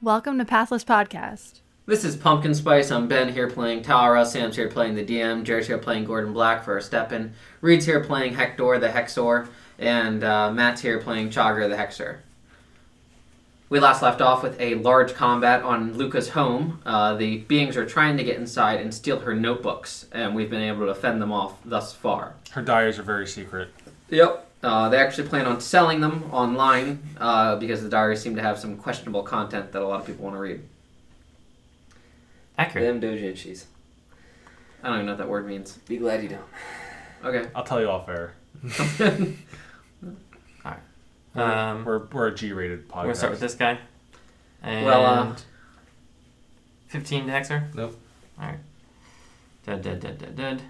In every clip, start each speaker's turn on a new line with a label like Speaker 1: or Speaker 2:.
Speaker 1: Welcome to Pathless Podcast.
Speaker 2: This is Pumpkin Spice. I'm Ben here playing Tara. Sam's here playing the DM. Jared's here playing Gordon Black for a step in. Reed's here playing Hector the Hexor. And uh, Matt's here playing Chagra the Hexer. We last left off with a large combat on Luca's home. Uh, the beings are trying to get inside and steal her notebooks, and we've been able to fend them off thus far.
Speaker 3: Her diaries are very secret.
Speaker 2: Yep. Uh, they actually plan on selling them online uh, because the diaries seem to have some questionable content that a lot of people want to read.
Speaker 4: Them
Speaker 5: Accurate.
Speaker 4: doujinshis.
Speaker 2: I don't even know what that word means.
Speaker 4: Be glad you don't.
Speaker 2: Okay.
Speaker 3: I'll tell you off air.
Speaker 5: Um, we're
Speaker 3: We're, we're a G-rated podcast.
Speaker 5: gonna start with this guy. And
Speaker 2: Well, uh,
Speaker 5: 15 to Hexer.
Speaker 3: Nope.
Speaker 5: Alright. Dead, dead, dead, dead, dead.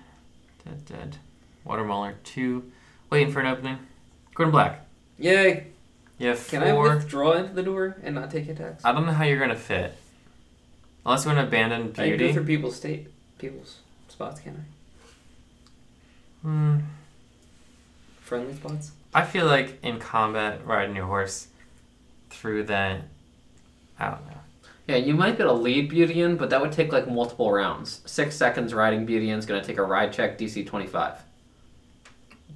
Speaker 5: Dead, dead. Watermauler, 2. Waiting for an opening. Gordon Black.
Speaker 4: Yay!
Speaker 5: You have
Speaker 4: Can
Speaker 5: 4.
Speaker 4: I withdraw into the door and not take attacks?
Speaker 5: I don't know how you're gonna fit. Unless you want to abandon
Speaker 4: I can
Speaker 5: beauty.
Speaker 4: go through people's state, people's spots, can I?
Speaker 5: Hmm.
Speaker 4: Friendly spots.
Speaker 5: I feel like in combat, riding your horse through that. I don't know.
Speaker 2: Yeah, you might be able to lead Beauty in, but that would take like multiple rounds. Six seconds riding Beauty in is going to take a ride check DC 25.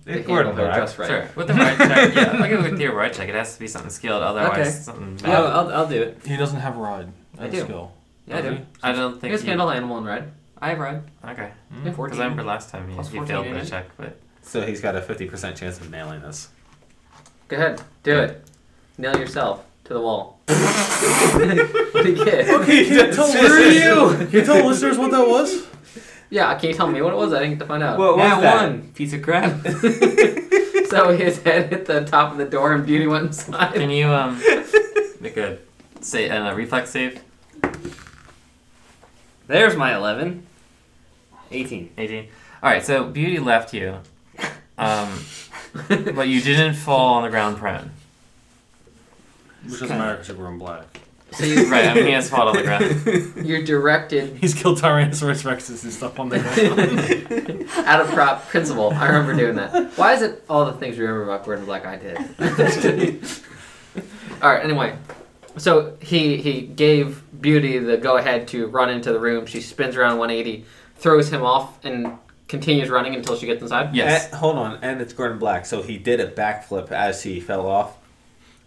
Speaker 3: Hey,
Speaker 2: They
Speaker 3: Gordon
Speaker 2: handle their
Speaker 3: Black.
Speaker 2: dress right.
Speaker 5: Sure. With the right check, yeah. I'll give it with your right check. It has to be something skilled, otherwise
Speaker 2: Okay.
Speaker 5: something
Speaker 4: Yeah,
Speaker 5: bad.
Speaker 4: I'll, I'll do it.
Speaker 3: He doesn't have ride.
Speaker 2: I
Speaker 3: That's
Speaker 2: do.
Speaker 3: skill.
Speaker 2: Yeah, I do.
Speaker 3: Does
Speaker 2: You
Speaker 3: he?
Speaker 5: I don't think
Speaker 2: guys
Speaker 5: you-
Speaker 2: handle animal and ride.
Speaker 4: I have ride.
Speaker 5: Okay.
Speaker 3: Mm.
Speaker 2: Yeah,
Speaker 5: Because
Speaker 2: 14.
Speaker 5: I remember last time you,
Speaker 2: Plus
Speaker 5: you failed
Speaker 2: 14,
Speaker 5: the
Speaker 2: isn't it?
Speaker 5: check, but
Speaker 6: So he's got a 50% chance of nailing this.
Speaker 2: Go ahead. Do it. Nail yourself to the wall. what do you get?
Speaker 3: Okay, tell listeners,
Speaker 4: you?
Speaker 3: can you tell listeners what that was?
Speaker 2: Yeah, can you tell me what it was? I didn't get to find out.
Speaker 4: What
Speaker 6: Nat
Speaker 4: was that?
Speaker 6: one.
Speaker 4: Piece of crap.
Speaker 2: So his head hit the top of the door and Beauty went inside.
Speaker 5: can you um make a say and a reflex save?
Speaker 4: There's my 11. 18.
Speaker 5: Eighteen. All right. So beauty left you, um, but you didn't fall on the ground prone.
Speaker 3: Which doesn't matter because you're Gordon Black.
Speaker 2: So you,
Speaker 5: Right. I mean, he has fallen on the ground.
Speaker 2: you're directed
Speaker 3: He's killed Tyrannosaurus Rexes and stuff on the ground.
Speaker 2: out of prop principle. I remember doing that. Why is it all the things you remember about Gordon Black I did? all right. Anyway, so he he gave Beauty the go ahead to run into the room. She spins around 180, throws him off, and continues running until she gets inside.
Speaker 5: Yes.
Speaker 6: And- hold on, and it's Gordon Black. So he did a backflip as he fell off.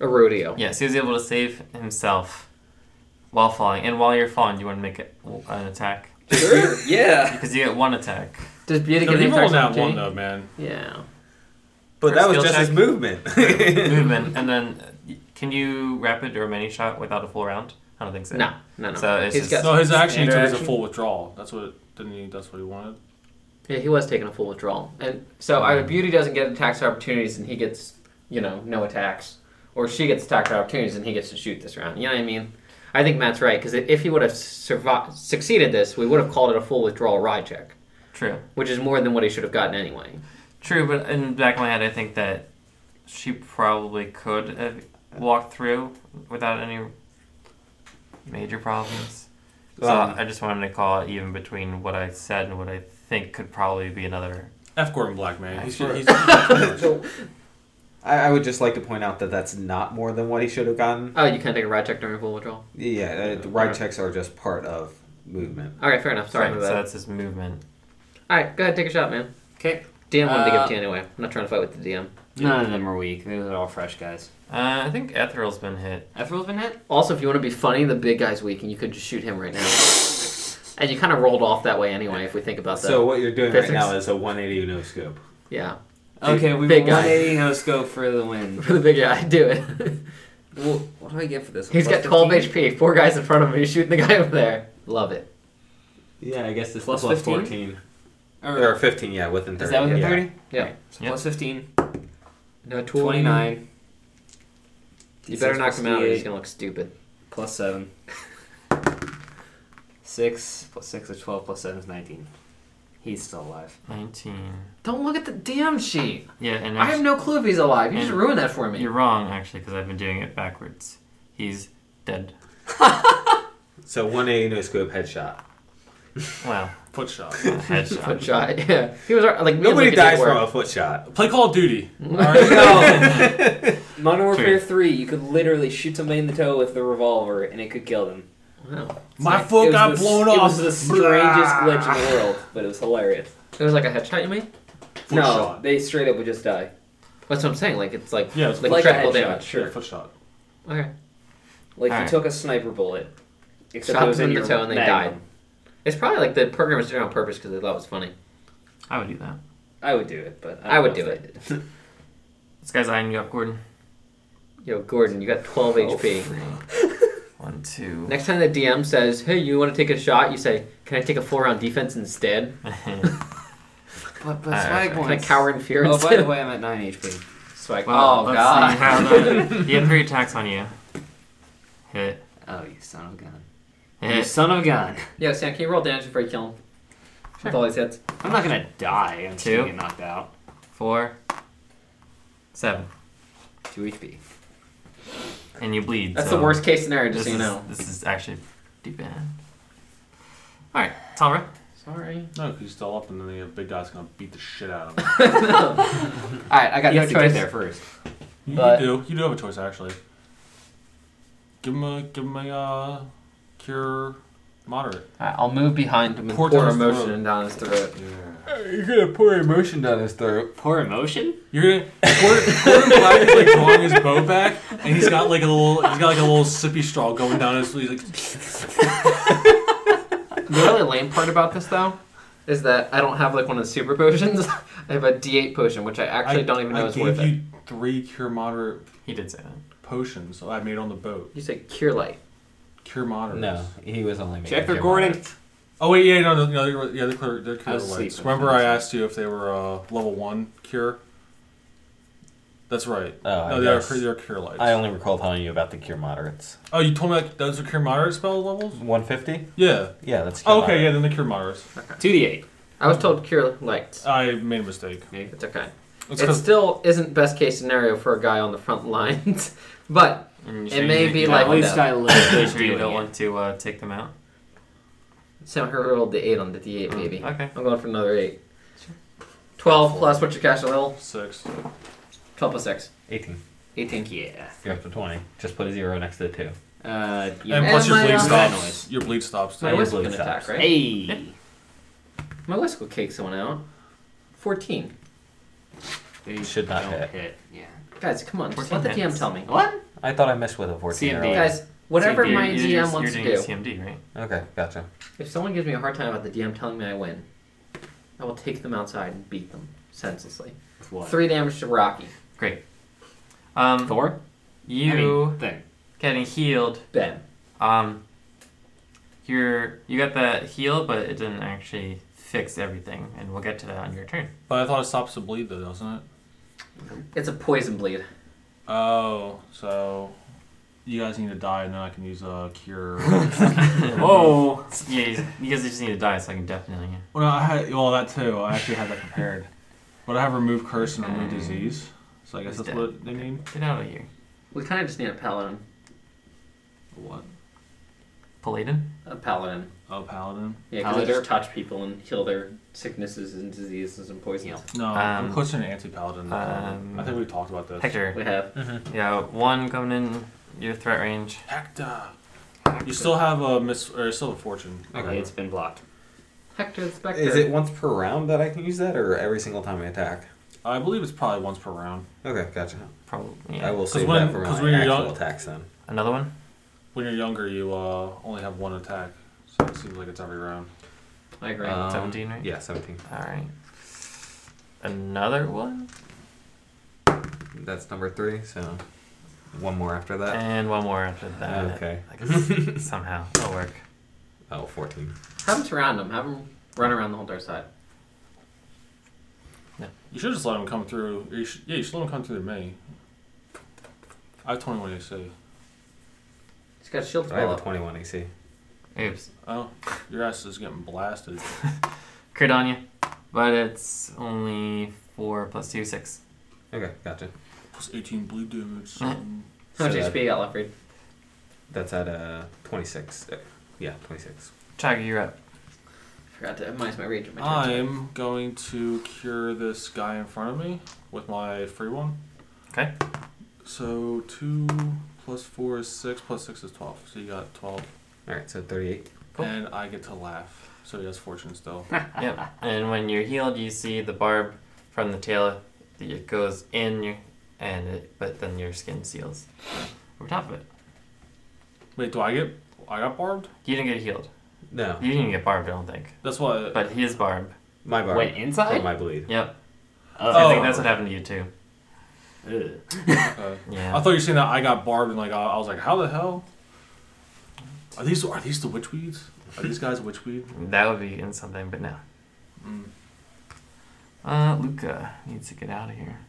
Speaker 2: A rodeo.
Speaker 5: Yes. He was able to save himself while falling, and while you're falling, you want to make it an attack
Speaker 4: Sure. yeah.
Speaker 5: because you get one attack.
Speaker 2: Does Beauty
Speaker 3: no,
Speaker 2: get
Speaker 3: he
Speaker 2: any
Speaker 3: rolled
Speaker 2: attacks? on
Speaker 3: out one
Speaker 2: Jay?
Speaker 3: though, man.
Speaker 2: Yeah.
Speaker 6: But
Speaker 5: For
Speaker 6: that was
Speaker 5: skill
Speaker 6: just
Speaker 5: check?
Speaker 6: his movement.
Speaker 5: Movement, and then uh, can you rapid or mini shot without a full round? I don't think so.
Speaker 2: No. No. No.
Speaker 5: So it's
Speaker 2: He's
Speaker 5: just-
Speaker 2: got-
Speaker 3: No, his action he took is a
Speaker 2: Interaction.
Speaker 3: full withdrawal. That's what didn't he? That's what he wanted.
Speaker 2: Yeah, he was taking a full withdrawal, and so
Speaker 4: Mm-hmm.
Speaker 2: either Beauty doesn't get attacks or opportunities, and he gets, you know, no attacks, or she gets attacks or opportunities, and he gets to shoot this round. You know what I mean? I think Matt's right because if he would have survived, succeeded this, we would have called it a full withdrawal ride check,
Speaker 5: True.
Speaker 2: which is more than what he should have gotten anyway.
Speaker 5: True, but in the back of my head, I think that she probably could have walked through without any major problems. So
Speaker 6: Um,
Speaker 5: I just wanted to call it even between what I said and what I think could probably be another.
Speaker 3: F Gordon Black, man. He's,
Speaker 6: Sure.
Speaker 3: he's, he's
Speaker 6: I, I would just like to point out that that's not more than what he should have gotten.
Speaker 2: Oh, you can't take a ride check during a full withdrawal.
Speaker 6: Yeah, uh, the ride checks are just part of movement.
Speaker 2: Okay, fair enough. Sorry
Speaker 5: Right,
Speaker 2: about
Speaker 5: so
Speaker 2: that.
Speaker 5: that's his movement.
Speaker 2: All right, go ahead, take a shot, man.
Speaker 4: Okay.
Speaker 2: DM wanted to give
Speaker 4: Uh,
Speaker 2: it to you anyway. I'm not trying to fight with the DM.
Speaker 4: None of them are weak. Those are all fresh guys.
Speaker 5: Uh, I think Ethereal's been hit.
Speaker 4: Ethel's been hit?
Speaker 2: Also, if you want to be funny, the big guy's weak, and you could just shoot him right now. and you kind of rolled off that way anyway. If we think about that.
Speaker 6: So what you're doing
Speaker 2: physics.
Speaker 6: right now is a 180 no scope.
Speaker 2: yeah.
Speaker 4: Okay, we
Speaker 2: Big
Speaker 4: big
Speaker 2: guy.
Speaker 4: 180 no scope for the win.
Speaker 2: For the big guy, do it.
Speaker 4: Well, what do I get for this?
Speaker 2: He's got 12 HP, four guys in front of him, he's shooting the guy over there. Love it.
Speaker 6: Yeah, I guess this
Speaker 4: Plus
Speaker 6: plus,
Speaker 4: 15?
Speaker 6: 14.
Speaker 4: Or,
Speaker 6: Or 15, yeah, within 30.
Speaker 4: is that within
Speaker 6: yeah.
Speaker 4: 30?
Speaker 2: Yeah.
Speaker 4: So
Speaker 5: Yep.
Speaker 4: plus 15.
Speaker 2: No, 20.
Speaker 4: 29.
Speaker 2: You better knock him out or he's
Speaker 4: 68,
Speaker 2: gonna look stupid.
Speaker 4: Plus 7. 6 plus 6 is 12, plus 7 is 19. He's still alive.
Speaker 5: 19.
Speaker 2: Don't look at the DM sheet.
Speaker 5: Yeah, and
Speaker 2: I have no clue if he's alive. You just
Speaker 5: And-
Speaker 2: ruined that for me.
Speaker 5: you're wrong, actually, because I've been doing it backwards. He's dead.
Speaker 6: So 180 no scope headshot.
Speaker 5: Wow.
Speaker 3: foot shot.
Speaker 5: a headshot.
Speaker 2: Foot shot. Yeah. He was like, me and
Speaker 6: Nobody
Speaker 2: Luca did
Speaker 6: dies
Speaker 2: work.
Speaker 6: from a foot shot.
Speaker 3: Play Call of Duty. All right?
Speaker 4: Modern Warfare 3, you could literally shoot somebody in the toe with the revolver and it could kill them.
Speaker 2: Wow.
Speaker 3: My
Speaker 4: Like,
Speaker 3: foot
Speaker 4: it was
Speaker 3: got
Speaker 4: the s-
Speaker 3: blown
Speaker 4: It
Speaker 3: off.
Speaker 4: was the strangest glitch in the world, but it was hilarious.
Speaker 2: It was like a headshot, you mean?
Speaker 3: Foot
Speaker 4: no,
Speaker 3: shot.
Speaker 4: they straight up would just die.
Speaker 2: That's what I'm saying. Like it's like
Speaker 3: Yeah, it's
Speaker 2: like,
Speaker 4: like a
Speaker 2: triple
Speaker 4: headshot,
Speaker 2: damage.
Speaker 4: sure.
Speaker 3: Yeah, foot shot.
Speaker 2: Okay.
Speaker 4: Like you
Speaker 5: Alright.
Speaker 4: took a sniper bullet, except
Speaker 2: Shot
Speaker 4: it was
Speaker 2: them
Speaker 4: in
Speaker 2: in the
Speaker 4: your
Speaker 2: toe and they
Speaker 4: Magnum.
Speaker 2: It's probably like the programmers did it on purpose because they thought it was funny.
Speaker 5: I would do that.
Speaker 4: I would do it, but I, don't
Speaker 2: I would
Speaker 4: know
Speaker 2: do
Speaker 4: if
Speaker 2: it.
Speaker 4: I did.
Speaker 5: This guy's eyeing you up, Gordon.
Speaker 2: Yo, Gordon, you got 12
Speaker 4: Oh,
Speaker 2: HP.
Speaker 5: One, two.
Speaker 2: Next time the DM says, "Hey, you want to take a shot?" You say, "Can I take a full round defense instead?"
Speaker 4: But,
Speaker 5: Alright, swag alright.
Speaker 2: Can I cower in fear
Speaker 4: Oh,
Speaker 2: instead?
Speaker 4: by the way, I'm at nine HP.
Speaker 2: Swag.
Speaker 5: Well,
Speaker 2: oh
Speaker 5: let's see how
Speaker 2: God.
Speaker 5: the- he had three attacks on you. Hit.
Speaker 4: Oh, you son of a gun! You
Speaker 5: Hit.
Speaker 4: son of a gun!
Speaker 2: yeah, Sam, can you roll damage before you kill him?
Speaker 5: Sure.
Speaker 2: With all these hits.
Speaker 4: I'm not gonna die. I'm just
Speaker 5: Two.
Speaker 4: gonna get knocked out.
Speaker 5: Four. Seven.
Speaker 4: Two HP.
Speaker 5: And you bleed.
Speaker 2: That's
Speaker 5: so
Speaker 2: the worst case scenario,
Speaker 5: This
Speaker 2: just so you
Speaker 5: is,
Speaker 2: know.
Speaker 5: This is actually deep in. Alright, Tomra.
Speaker 2: Sorry.
Speaker 3: No, 'cause he's still up, and then the big guy's gonna beat the shit out of him.
Speaker 4: All right, I got
Speaker 2: You
Speaker 4: you
Speaker 2: have
Speaker 4: to
Speaker 2: choice.
Speaker 4: get there first.
Speaker 3: you,
Speaker 4: But-
Speaker 3: you do. You do have a choice, actually. Give him a give him a uh, cure moderate.
Speaker 2: Alright, I'll move behind him and
Speaker 3: Pour
Speaker 2: pour,
Speaker 3: down his
Speaker 2: emotion
Speaker 3: throat.
Speaker 2: down his throat.
Speaker 3: Yeah.
Speaker 6: You're gonna pour emotion down his throat.
Speaker 4: Poor emotion.
Speaker 3: You're gonna Gordon, Gordon Black is like drawing his bow back, and he's got like a little he's got like a little sippy straw going down his. He's like,
Speaker 2: The really lame part about this, though, is that I don't have like one of the super potions. I have a D8 potion, which I actually don't even know
Speaker 3: I
Speaker 2: is
Speaker 3: gave
Speaker 2: worth
Speaker 3: you
Speaker 2: it.
Speaker 3: three cure moderate
Speaker 5: He did say that.
Speaker 3: potions I made on the boat.
Speaker 2: You say cure light.
Speaker 3: Cure moderate.
Speaker 6: No, he was only making
Speaker 4: Check for
Speaker 6: Jim
Speaker 4: Gordon.
Speaker 6: Roberts.
Speaker 3: Oh wait, yeah, no, no, no they're, yeah, they're clear. They're
Speaker 4: I
Speaker 3: clear
Speaker 4: was
Speaker 3: lights.
Speaker 4: sleeping.
Speaker 3: Remember, I asked you if they were uh, level one cure. That's right.
Speaker 6: Oh, I
Speaker 3: no, they are,
Speaker 6: guess.
Speaker 3: they are cure lights.
Speaker 6: I only recall telling you about the cure moderates.
Speaker 3: Oh, you told me like those are cure moderate spell levels.
Speaker 6: 150?
Speaker 3: Yeah.
Speaker 6: Yeah, that's cure
Speaker 3: Oh, okay, yeah,
Speaker 6: moderate.
Speaker 3: then the cure moderates.
Speaker 4: Two D eight.
Speaker 2: I was told cure lights.
Speaker 3: I made a mistake.
Speaker 2: It's okay.
Speaker 3: It's
Speaker 2: it
Speaker 3: 'cause-
Speaker 2: still isn't best case scenario for a guy on the front lines, but
Speaker 5: And you
Speaker 2: It
Speaker 5: sure you
Speaker 2: may
Speaker 5: did-
Speaker 2: be
Speaker 5: you
Speaker 2: like
Speaker 4: At
Speaker 5: don't-
Speaker 2: one
Speaker 4: least
Speaker 2: down.
Speaker 4: I lived
Speaker 5: sure you
Speaker 4: doing
Speaker 5: don't
Speaker 4: it.
Speaker 5: want to uh, take them out.
Speaker 2: Sam her rolled the eight on the D8, baby.
Speaker 5: Okay.
Speaker 2: I'm going for another eight. Twelve plus what's your cash level?
Speaker 3: six.
Speaker 2: Twelve plus six.
Speaker 6: 18.
Speaker 2: Eighteen.
Speaker 4: Yeah.
Speaker 6: You're up to 20. Just put a zero next to the 2.
Speaker 4: Uh, yeah.
Speaker 3: And plus
Speaker 2: And
Speaker 3: your
Speaker 2: my,
Speaker 3: bleed
Speaker 2: uh,
Speaker 3: stops. Your bleed stops.
Speaker 2: My
Speaker 6: Yeah,
Speaker 2: whisk
Speaker 6: blue
Speaker 2: can attack,
Speaker 6: sucks.
Speaker 2: right?
Speaker 4: Hey.
Speaker 2: My whisk will kick someone out. Fourteen.
Speaker 4: They
Speaker 6: Should not
Speaker 4: don't
Speaker 6: hit.
Speaker 4: Yeah.
Speaker 2: Guys, come on. Just let
Speaker 5: 14
Speaker 2: the DM
Speaker 5: hits.
Speaker 2: tell me.
Speaker 4: What?
Speaker 6: I thought I missed with a 14
Speaker 4: CMD.
Speaker 6: earlier.
Speaker 2: Guys, whatever
Speaker 5: You're-
Speaker 2: my
Speaker 5: you're-
Speaker 2: DM
Speaker 5: you're,
Speaker 2: wants
Speaker 5: you're
Speaker 2: to do,
Speaker 5: doing CMD, right?
Speaker 6: Okay, gotcha.
Speaker 2: if someone gives me a hard time about the DM telling me I win, I will take them outside and beat them senselessly.
Speaker 4: What?
Speaker 2: Three damage to Rocky.
Speaker 5: Great. Um,
Speaker 4: Thor.
Speaker 5: you
Speaker 4: I mean, thing.
Speaker 5: getting healed.
Speaker 2: Ben.
Speaker 5: Um, you're you got that heal, but it didn't actually fix everything, and we'll get to that on your turn.
Speaker 3: But I thought it stops the bleed though, doesn't it?
Speaker 2: It's a poison bleed.
Speaker 3: Oh, so you guys need to die, and then I can use a uh, cure.
Speaker 4: Oh.
Speaker 5: Yeah, you, you guys just need to die, so I can definitely. Yeah.
Speaker 3: Well, no, I had well that too. I actually had that prepared, but I have remove curse and remove disease. So I guess
Speaker 5: He's
Speaker 3: that's what they need.
Speaker 5: Get out of here,
Speaker 2: We kind of just need a paladin.
Speaker 3: What?
Speaker 5: Paladin.
Speaker 2: A paladin.
Speaker 3: Oh, paladin.
Speaker 2: Yeah, because they just touch people and heal their sicknesses and diseases and poisons.
Speaker 3: No,
Speaker 5: Um,
Speaker 3: I'm closer to anti-paladin. than
Speaker 5: um,
Speaker 3: paladin. I think we talked about this.
Speaker 5: Hector.
Speaker 2: We have.
Speaker 4: Uh-huh.
Speaker 5: Yeah, one coming in your threat range.
Speaker 3: Hector. You still have a miss, or still have a fortune.
Speaker 4: Okay, it's been blocked.
Speaker 2: Hector the Spectre.
Speaker 6: Is it once per round that I can use that, or every single time I attack?
Speaker 3: I believe it's probably once per round.
Speaker 6: Okay, gotcha.
Speaker 5: Probably.
Speaker 6: I will
Speaker 3: 'Cause
Speaker 6: save
Speaker 3: when-
Speaker 6: that for
Speaker 3: 'cause
Speaker 6: my
Speaker 3: when you're
Speaker 6: actual
Speaker 3: young-
Speaker 6: attacks then.
Speaker 5: Another one.
Speaker 3: When you're younger, you uh, only have one attack, so it seems like it's every round.
Speaker 2: I agree.
Speaker 4: Uh.
Speaker 6: Um,
Speaker 5: 17, right?
Speaker 6: Yeah, 17.
Speaker 5: All right. Another one.
Speaker 6: That's number three, so one more after that.
Speaker 5: And one more after that.
Speaker 6: Oh. Okay.
Speaker 5: I guess somehow it'll work.
Speaker 6: Oh, 14.
Speaker 2: have him surround him. Have him run around the whole dark side.
Speaker 3: You should just let him come through. You should, yeah, you should let him come through to me. I have 21 AC.
Speaker 2: He's got a shield
Speaker 6: I have
Speaker 2: spell
Speaker 6: a
Speaker 2: up.
Speaker 6: 21 AC.
Speaker 5: Oops.
Speaker 3: Oh, your ass is getting blasted.
Speaker 5: Crit on you, but it's only four plus two, six.
Speaker 6: Okay, gotcha.
Speaker 3: Plus 18 bleed damage. so-
Speaker 2: How much
Speaker 6: So
Speaker 2: HP you got left, Reed?
Speaker 6: That's at uh, 26. Uh, yeah, 26.
Speaker 5: Chaggy, you're up.
Speaker 2: Forgot to minus my rage. at My turn.
Speaker 3: I'm going to cure this guy in front of me with my free one.
Speaker 5: Okay.
Speaker 3: So two plus four is six. Plus six is twelve. So you got twelve,
Speaker 6: All right, so 38.
Speaker 5: Cool.
Speaker 3: and I get to laugh. So he has fortune still.
Speaker 5: Yep. And when you're healed, you see the barb from the tail that it goes in, your, and it, but then your skin seals over top of it.
Speaker 3: Wait, do I get? I got barbed.
Speaker 5: You didn't get healed.
Speaker 6: No,
Speaker 5: You didn't get barbed, I don't think.
Speaker 3: That's why.
Speaker 5: But his barb.
Speaker 6: my bar.
Speaker 7: Wait,
Speaker 6: for
Speaker 7: inside?
Speaker 6: my bleed.
Speaker 5: Yep. I
Speaker 3: Oh.
Speaker 5: think that's what happened to you too.
Speaker 7: Ugh.
Speaker 3: okay.
Speaker 5: Yeah.
Speaker 3: I thought you were saying that I got barbed, and like I, I was like, how the hell? Are these are these the witch weeds? Are these guys witch weed?
Speaker 5: That would be in something, but no.
Speaker 3: Mm.
Speaker 5: Uh, Luca needs to get out of here.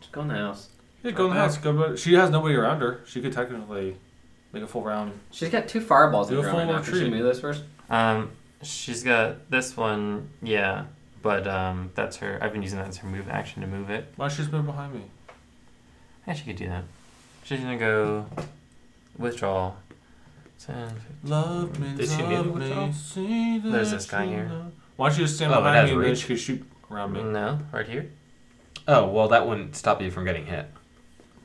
Speaker 2: Just go in the house.
Speaker 3: Yeah, go in the house. Go, but she has nobody around her. She could technically make a full round.
Speaker 2: She's got two fireballs in
Speaker 3: Do
Speaker 2: her
Speaker 3: a
Speaker 2: room right
Speaker 3: full
Speaker 2: now. Can she
Speaker 3: retreat.
Speaker 2: move those first?
Speaker 5: Um, she's got this one, yeah, but um, that's her. I've been using that as her move action to move it.
Speaker 3: Why she's been behind me?
Speaker 5: Yeah, she could do that. She's gonna go withdraw. 10, 15.
Speaker 3: Love me,
Speaker 6: Does she need
Speaker 3: love
Speaker 6: to withdraw?
Speaker 3: me, see
Speaker 5: There's
Speaker 3: that
Speaker 5: this guy
Speaker 3: you
Speaker 5: here.
Speaker 3: love- Why don't you just stand
Speaker 6: Oh, it
Speaker 3: behind
Speaker 6: has
Speaker 3: me and then
Speaker 6: reach.
Speaker 3: she could shoot around me?
Speaker 5: No, right here.
Speaker 6: Oh, well, that wouldn't stop you from getting hit.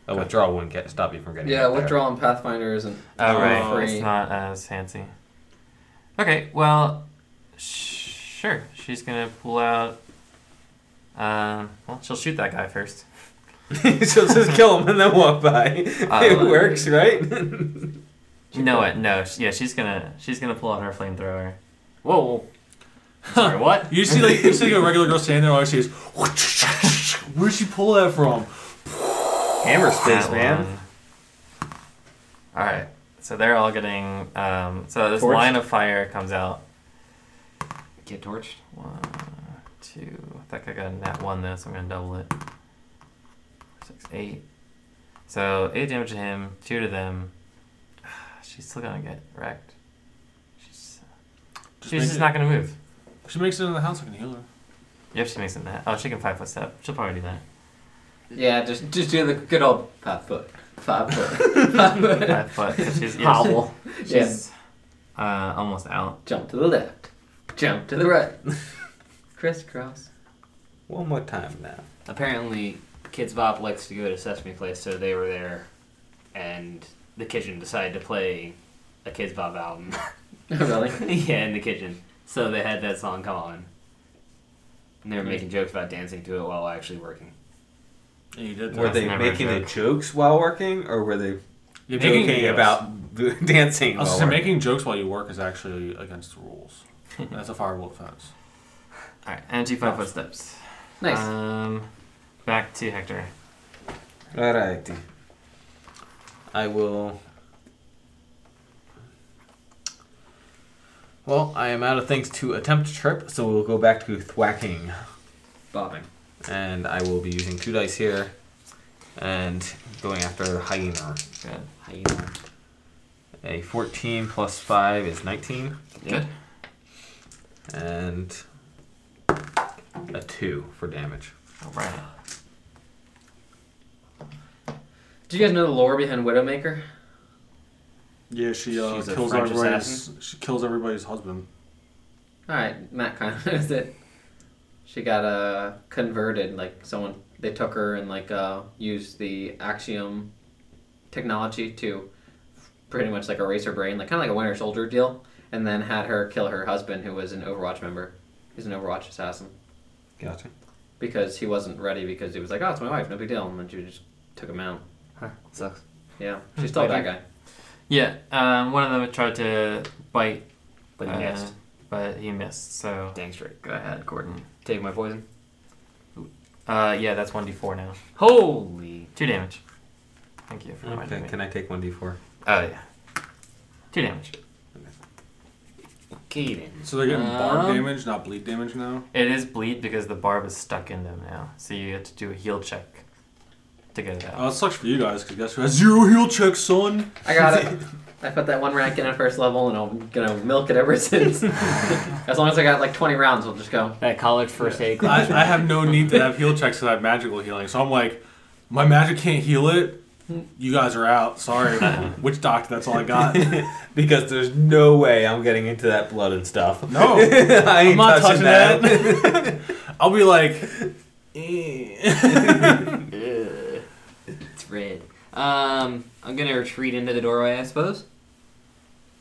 Speaker 6: A
Speaker 3: Okay.
Speaker 6: withdrawal wouldn't get stop you from getting
Speaker 2: Yeah,
Speaker 6: hit. there.
Speaker 2: withdrawal and Pathfinder isn't.
Speaker 5: Oh,
Speaker 3: Oh.
Speaker 5: right.
Speaker 2: Free.
Speaker 5: It's not as fancy. Okay, well, sh- sure. She's gonna pull out. Um, well, she'll shoot that guy first.
Speaker 6: so just kill him and then walk by. it
Speaker 5: Uh,
Speaker 6: works, right?
Speaker 5: No, it no. sh- Yeah, she's gonna she's gonna pull out her flamethrower.
Speaker 7: Whoa. Sorry, what?
Speaker 3: You see, like, you see a regular girl standing there, all I see is, where'd she pull that from?
Speaker 6: Hammer space,
Speaker 5: That
Speaker 6: man.
Speaker 5: one. All right, so they're all getting. Um, so this
Speaker 7: Torched?
Speaker 5: line of fire comes out.
Speaker 7: Get torched.
Speaker 5: One, two. I think I got a nat one though, so I'm gonna double it. Six, eight. So eight damage to him, two to them. She's still gonna get wrecked. She's,
Speaker 3: Just
Speaker 5: she's
Speaker 3: make
Speaker 5: just
Speaker 3: it-
Speaker 5: not gonna move.
Speaker 3: She makes it in the house, I can heal her.
Speaker 5: Yep, she makes it that. Oh, she can five foot step. She'll probably do that.
Speaker 2: Yeah, just just do the good old five foot, five foot, five foot.
Speaker 5: Five foot. 'cause She's, yeah,
Speaker 7: Howl.
Speaker 5: she's
Speaker 2: Yeah.
Speaker 5: uh, almost out.
Speaker 2: Jump to the left, jump to the right, crisscross.
Speaker 6: One more time now.
Speaker 7: Apparently, Kids Bop likes to go to Sesame Place, so they were there, and the kitchen decided to play a Kids Bop album.
Speaker 2: Oh, really?
Speaker 7: yeah, in the kitchen. So they had that song come on. And they were making jokes about dancing to it while actually working.
Speaker 3: And you did
Speaker 6: Were
Speaker 5: That's
Speaker 6: they
Speaker 5: never a
Speaker 6: making the
Speaker 5: joke.
Speaker 6: jokes while working, or were they
Speaker 3: You're
Speaker 6: joking
Speaker 3: making
Speaker 6: about d- dancing
Speaker 3: I was gonna
Speaker 6: while
Speaker 3: say,
Speaker 6: working?
Speaker 3: making jokes while you work is actually against the rules. That's a fireball offense.
Speaker 5: All right, and she five foot steps.
Speaker 2: Nice.
Speaker 5: Um, back to Hector.
Speaker 6: Alrighty. I will. Well, I am out of things to attempt to trip, so we'll go back to thwacking.
Speaker 2: Bobbing.
Speaker 6: And I will be using two dice here and going after the hyena.
Speaker 5: Good.
Speaker 7: How you know?
Speaker 6: A 14 plus 5 is 19,
Speaker 5: Good.
Speaker 6: and a 2 for damage.
Speaker 5: All right.
Speaker 2: Do you guys know the lore behind Widowmaker?
Speaker 3: Yeah, she
Speaker 7: uh,
Speaker 3: uh,
Speaker 7: She's a
Speaker 3: kills
Speaker 7: French
Speaker 3: everybody's.
Speaker 7: assassin?
Speaker 3: She kills everybody's husband.
Speaker 2: All right, Matt kind of knows it. She got uh, converted. Like someone, they took her and like uh, used the Axiom technology to pretty much like erase her brain, like kind of like a Winter Soldier deal, and then had her kill her husband, who was an Overwatch member. He's an Overwatch assassin
Speaker 6: Gotcha.
Speaker 2: because he wasn't ready because he was like, "Oh, it's my wife, no big deal," and then she just took him out.
Speaker 7: Huh, sucks. Hmm.
Speaker 2: Yeah, she's still that guy.
Speaker 5: Yeah, um, one of them tried to bite,
Speaker 7: But you
Speaker 5: uh,
Speaker 7: missed.
Speaker 5: but he missed. So
Speaker 7: Dang straight.
Speaker 5: go ahead, Gordon.
Speaker 7: Take my poison.
Speaker 5: Uh, yeah, that's one d four now.
Speaker 7: Holy.
Speaker 5: Two damage. Thank you for reminding
Speaker 6: Okay,
Speaker 5: me.
Speaker 6: can I take 1d4?
Speaker 5: Oh yeah, two damage.
Speaker 7: Kaden.
Speaker 3: So they're getting barb
Speaker 7: Um,
Speaker 3: damage, not bleed damage now.
Speaker 5: It is bleed because the barb is stuck in them now, so you have to do a heal check to get it out.
Speaker 3: Oh, it sucks for you guys because guess who has zero heal check, son?
Speaker 2: I got it. I put that one rank in at first level, and I'm gonna milk it ever since. as long as I got like 20 rounds, we'll just go.
Speaker 7: That college first aid
Speaker 3: I,
Speaker 7: class.
Speaker 3: I have no need to have heal checks because I have magical healing. So I'm like, my magic can't heal it. You guys are out. Sorry. Witch doctor, that's all I got.
Speaker 6: because there's no way I'm getting into that blood and stuff.
Speaker 3: No.
Speaker 6: I ain't
Speaker 3: I'm not touching that.
Speaker 6: that.
Speaker 3: I'll be like, eh.
Speaker 7: Ugh. red. Um, I'm gonna retreat into the doorway, I suppose.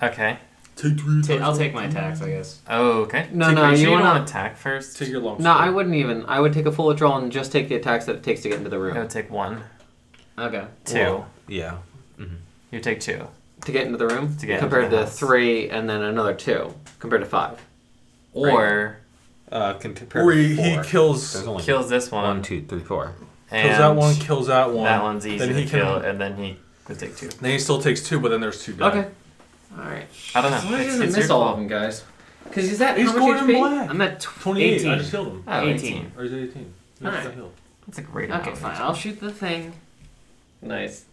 Speaker 3: Oh.
Speaker 5: Okay.
Speaker 3: Take three
Speaker 7: Ta- I'll
Speaker 3: attacks.
Speaker 7: take my attacks, I guess.
Speaker 5: Oh, okay.
Speaker 2: No,
Speaker 5: So
Speaker 2: no,
Speaker 5: you,
Speaker 2: you
Speaker 5: don't
Speaker 2: wanna-
Speaker 5: want to attack first.
Speaker 3: Take your long
Speaker 2: No, I
Speaker 3: sword.
Speaker 2: wouldn't even. I would take a full withdrawal and just take the attacks that it takes to get into the
Speaker 5: I
Speaker 2: room.
Speaker 5: would take one,
Speaker 7: Okay.
Speaker 5: two.
Speaker 6: Well, Yeah.
Speaker 5: You take two.
Speaker 2: To get into the room?
Speaker 5: To get
Speaker 2: compared
Speaker 5: into the
Speaker 2: to
Speaker 5: house.
Speaker 2: three and then another two. Compared to five.
Speaker 5: Or
Speaker 6: Uh, can compare
Speaker 3: Or
Speaker 6: to
Speaker 3: he, he
Speaker 6: four. There's
Speaker 3: kills.
Speaker 6: only
Speaker 5: kills this one.
Speaker 6: one, two, three, four.
Speaker 5: And
Speaker 3: Kills that one, kills that one.
Speaker 5: That one's easy
Speaker 3: Then
Speaker 5: to
Speaker 3: he can-
Speaker 5: kill, and then he would take two.
Speaker 3: Then he still takes two, but then there's two. Dead.
Speaker 2: Okay. Alright.
Speaker 5: I don't know.
Speaker 2: Why
Speaker 5: It's-
Speaker 2: didn't I
Speaker 5: it's
Speaker 2: miss
Speaker 5: your
Speaker 2: all
Speaker 5: call.
Speaker 2: of them, guys? Because is that
Speaker 3: He's
Speaker 2: how much
Speaker 3: Gordon
Speaker 2: HP?
Speaker 3: Black.
Speaker 2: I'm at tw-
Speaker 3: 28.
Speaker 2: 18.
Speaker 3: I just killed him.
Speaker 5: Oh,
Speaker 7: 18.
Speaker 3: Or is it 18? No, it's
Speaker 2: Alright.
Speaker 3: not healed.
Speaker 5: That's a great amount
Speaker 7: Okay,
Speaker 5: of
Speaker 7: fine.
Speaker 5: HP.
Speaker 7: I'll shoot the thing.
Speaker 2: Nice.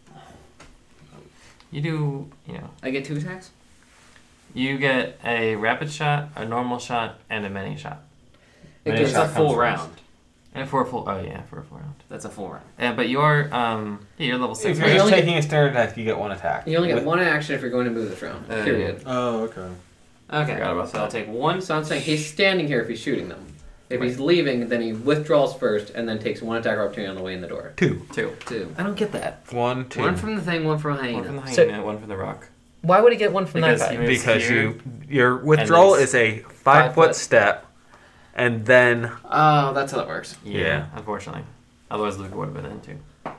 Speaker 5: You do, you know,
Speaker 7: I get two attacks.
Speaker 5: you get a rapid shot, a normal shot, and a mini shot.
Speaker 7: It
Speaker 5: Many
Speaker 7: goes a
Speaker 5: shot
Speaker 7: full
Speaker 5: comes
Speaker 7: round.
Speaker 5: And for a full, oh yeah, for a full round.
Speaker 7: That's a full round.
Speaker 5: And, but you're, um, yeah, you're level
Speaker 6: If
Speaker 5: six,
Speaker 6: you're
Speaker 5: right?
Speaker 6: just
Speaker 2: only get-
Speaker 6: taking a standard attack, you get one attack.
Speaker 2: You only get
Speaker 6: With-
Speaker 2: one action if you're going to move this round.
Speaker 5: Uh,
Speaker 2: period.
Speaker 3: Oh, okay.
Speaker 7: Okay.
Speaker 5: Forgot about
Speaker 7: so I'll
Speaker 5: that.
Speaker 7: take one.
Speaker 2: So I'm saying he's standing here if he's shooting them. If
Speaker 5: Right.
Speaker 2: he's leaving, then he withdraws first and then takes one attack opportunity on the way in the door.
Speaker 6: Two.
Speaker 5: Two.
Speaker 7: Two.
Speaker 2: I don't get that.
Speaker 6: One, two.
Speaker 2: One from the thing, one from hyena.
Speaker 5: One from the
Speaker 2: So-
Speaker 5: hyena, one from the rock.
Speaker 2: Why would he get one from
Speaker 5: Because
Speaker 2: that guy?
Speaker 5: he moves
Speaker 6: because
Speaker 5: here.
Speaker 6: you your withdrawal
Speaker 5: it's
Speaker 6: is a five,
Speaker 5: five
Speaker 6: foot,
Speaker 5: foot.
Speaker 6: step, and then
Speaker 2: Oh, that's how that works.
Speaker 5: Yeah,
Speaker 6: Yeah.
Speaker 5: unfortunately. Otherwise, Luke would have been in too.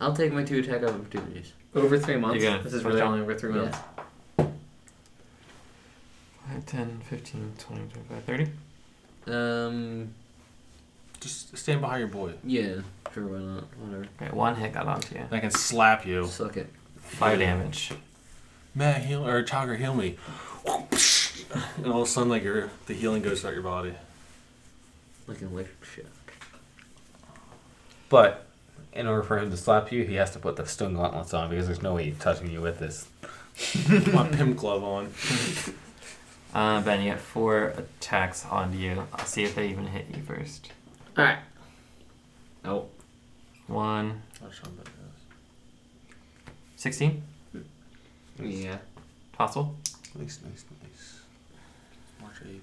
Speaker 7: I'll take my two attack opportunities.
Speaker 2: Over three months.
Speaker 5: You're gonna
Speaker 2: This is
Speaker 5: switch
Speaker 2: really
Speaker 5: on?
Speaker 2: only over three
Speaker 7: Yeah.
Speaker 2: months.
Speaker 5: 5, 10, 15, 20, 25, 30.
Speaker 7: Um.
Speaker 3: Just stand behind your boy.
Speaker 7: Yeah. Sure. Why not? Whatever.
Speaker 5: Okay, one hit got onto you.
Speaker 3: And I can slap you.
Speaker 7: Suck it.
Speaker 5: Five damage.
Speaker 3: Matt, heal or Chagger, heal me. And all of a sudden, like your the healing goes throughout your body.
Speaker 7: Like an electric shock.
Speaker 6: but in order for him to slap you, he has to put the stone gauntlets on because there's no way he's touching you with this.
Speaker 3: Put my pimp glove on.
Speaker 5: Uh, ben, you got four attacks onto you. I'll see if they even hit you first.
Speaker 2: Alright.
Speaker 7: Nope.
Speaker 5: One,
Speaker 3: I'll show him that is.
Speaker 5: 16,
Speaker 7: Yeah.
Speaker 5: possible.
Speaker 3: Nice, nice, nice. March eighth.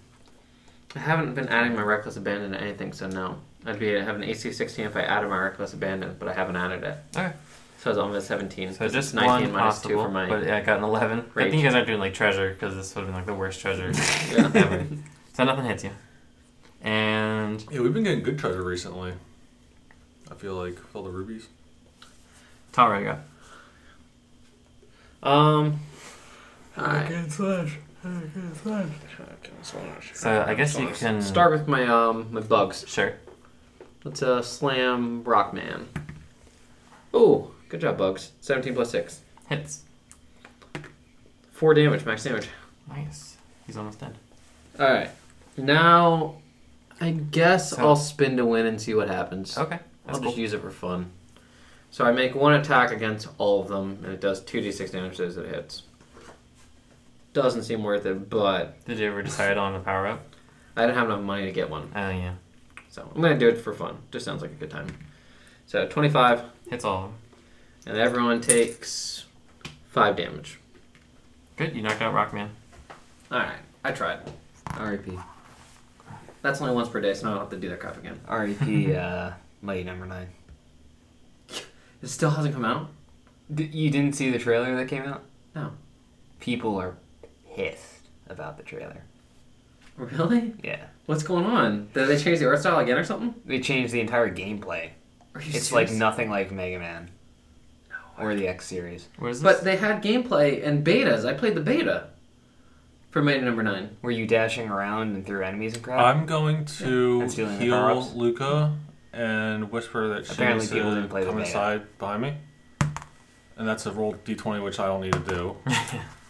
Speaker 2: I haven't been adding my reckless abandon to anything, so no. I'd be I have an AC sixteen if I added my reckless abandon, but I haven't added it.
Speaker 5: Okay.
Speaker 2: So it's almost seventeen.
Speaker 5: So just
Speaker 2: nineteen
Speaker 5: one
Speaker 2: minus
Speaker 5: possible,
Speaker 2: two for my
Speaker 5: but yeah, I got an 11. I
Speaker 2: Rage.
Speaker 5: think you guys aren't doing like treasure because this would have been like the worst treasure
Speaker 2: yeah.
Speaker 5: ever. So nothing hits you. And
Speaker 3: Yeah, we've been getting good treasure recently. I feel like with all the rubies.
Speaker 5: Tara, you got.
Speaker 2: Um Alright.
Speaker 3: Good slash. Good slash.
Speaker 5: So I guess you can
Speaker 2: Start with my um my bugs.
Speaker 5: Sure.
Speaker 2: Let's uh slam Rockman. Ooh, good job, Bugs. Seventeen plus six.
Speaker 5: Hits.
Speaker 2: Four damage, max damage.
Speaker 5: Nice. He's almost dead.
Speaker 2: Alright. Now I guess
Speaker 5: So-
Speaker 2: I'll spin to win and see what happens.
Speaker 5: Okay. That's
Speaker 2: I'll
Speaker 5: cool.
Speaker 2: just use it for fun. So I make one attack against all of them, and it does 2d6 damage as it hits. Doesn't seem worth it, but
Speaker 5: Did you ever decide on a power up?
Speaker 2: I didn't have enough money to get one.
Speaker 5: Oh yeah.
Speaker 2: So I'm going to do it for fun. Just sounds like a good time. So 25,
Speaker 5: Hits all of them.
Speaker 2: and everyone takes 5 damage.
Speaker 5: Good, you knocked out Rockman.
Speaker 2: Alright, I tried.
Speaker 7: R.E.P.
Speaker 2: That's only once per day, so I don't have to do that crap again.
Speaker 7: R.E.P. uh, Mighty Number Nine.
Speaker 2: It still hasn't come out?
Speaker 7: D- you didn't see the trailer that came out?
Speaker 2: No.
Speaker 7: People are pissed about the trailer.
Speaker 2: Really?
Speaker 7: Yeah.
Speaker 2: What's going on? Did they change the art style again or something?
Speaker 7: They changed the entire gameplay.
Speaker 2: Are you
Speaker 7: It's
Speaker 2: serious?
Speaker 7: like nothing like Mega Man. Or the X series.
Speaker 5: Where's this?
Speaker 2: But they had gameplay and betas. I played the beta for Maiden Number Nine.
Speaker 7: Were you dashing around and through enemies and crap?
Speaker 3: I'm going to
Speaker 7: And stealing the
Speaker 3: heal
Speaker 7: power-ups.
Speaker 3: Luca and whisper that she
Speaker 7: Apparently
Speaker 3: needs to
Speaker 7: people didn't play the
Speaker 3: come
Speaker 7: beta.
Speaker 3: inside behind me. And that's a roll d20, which I don't need to do.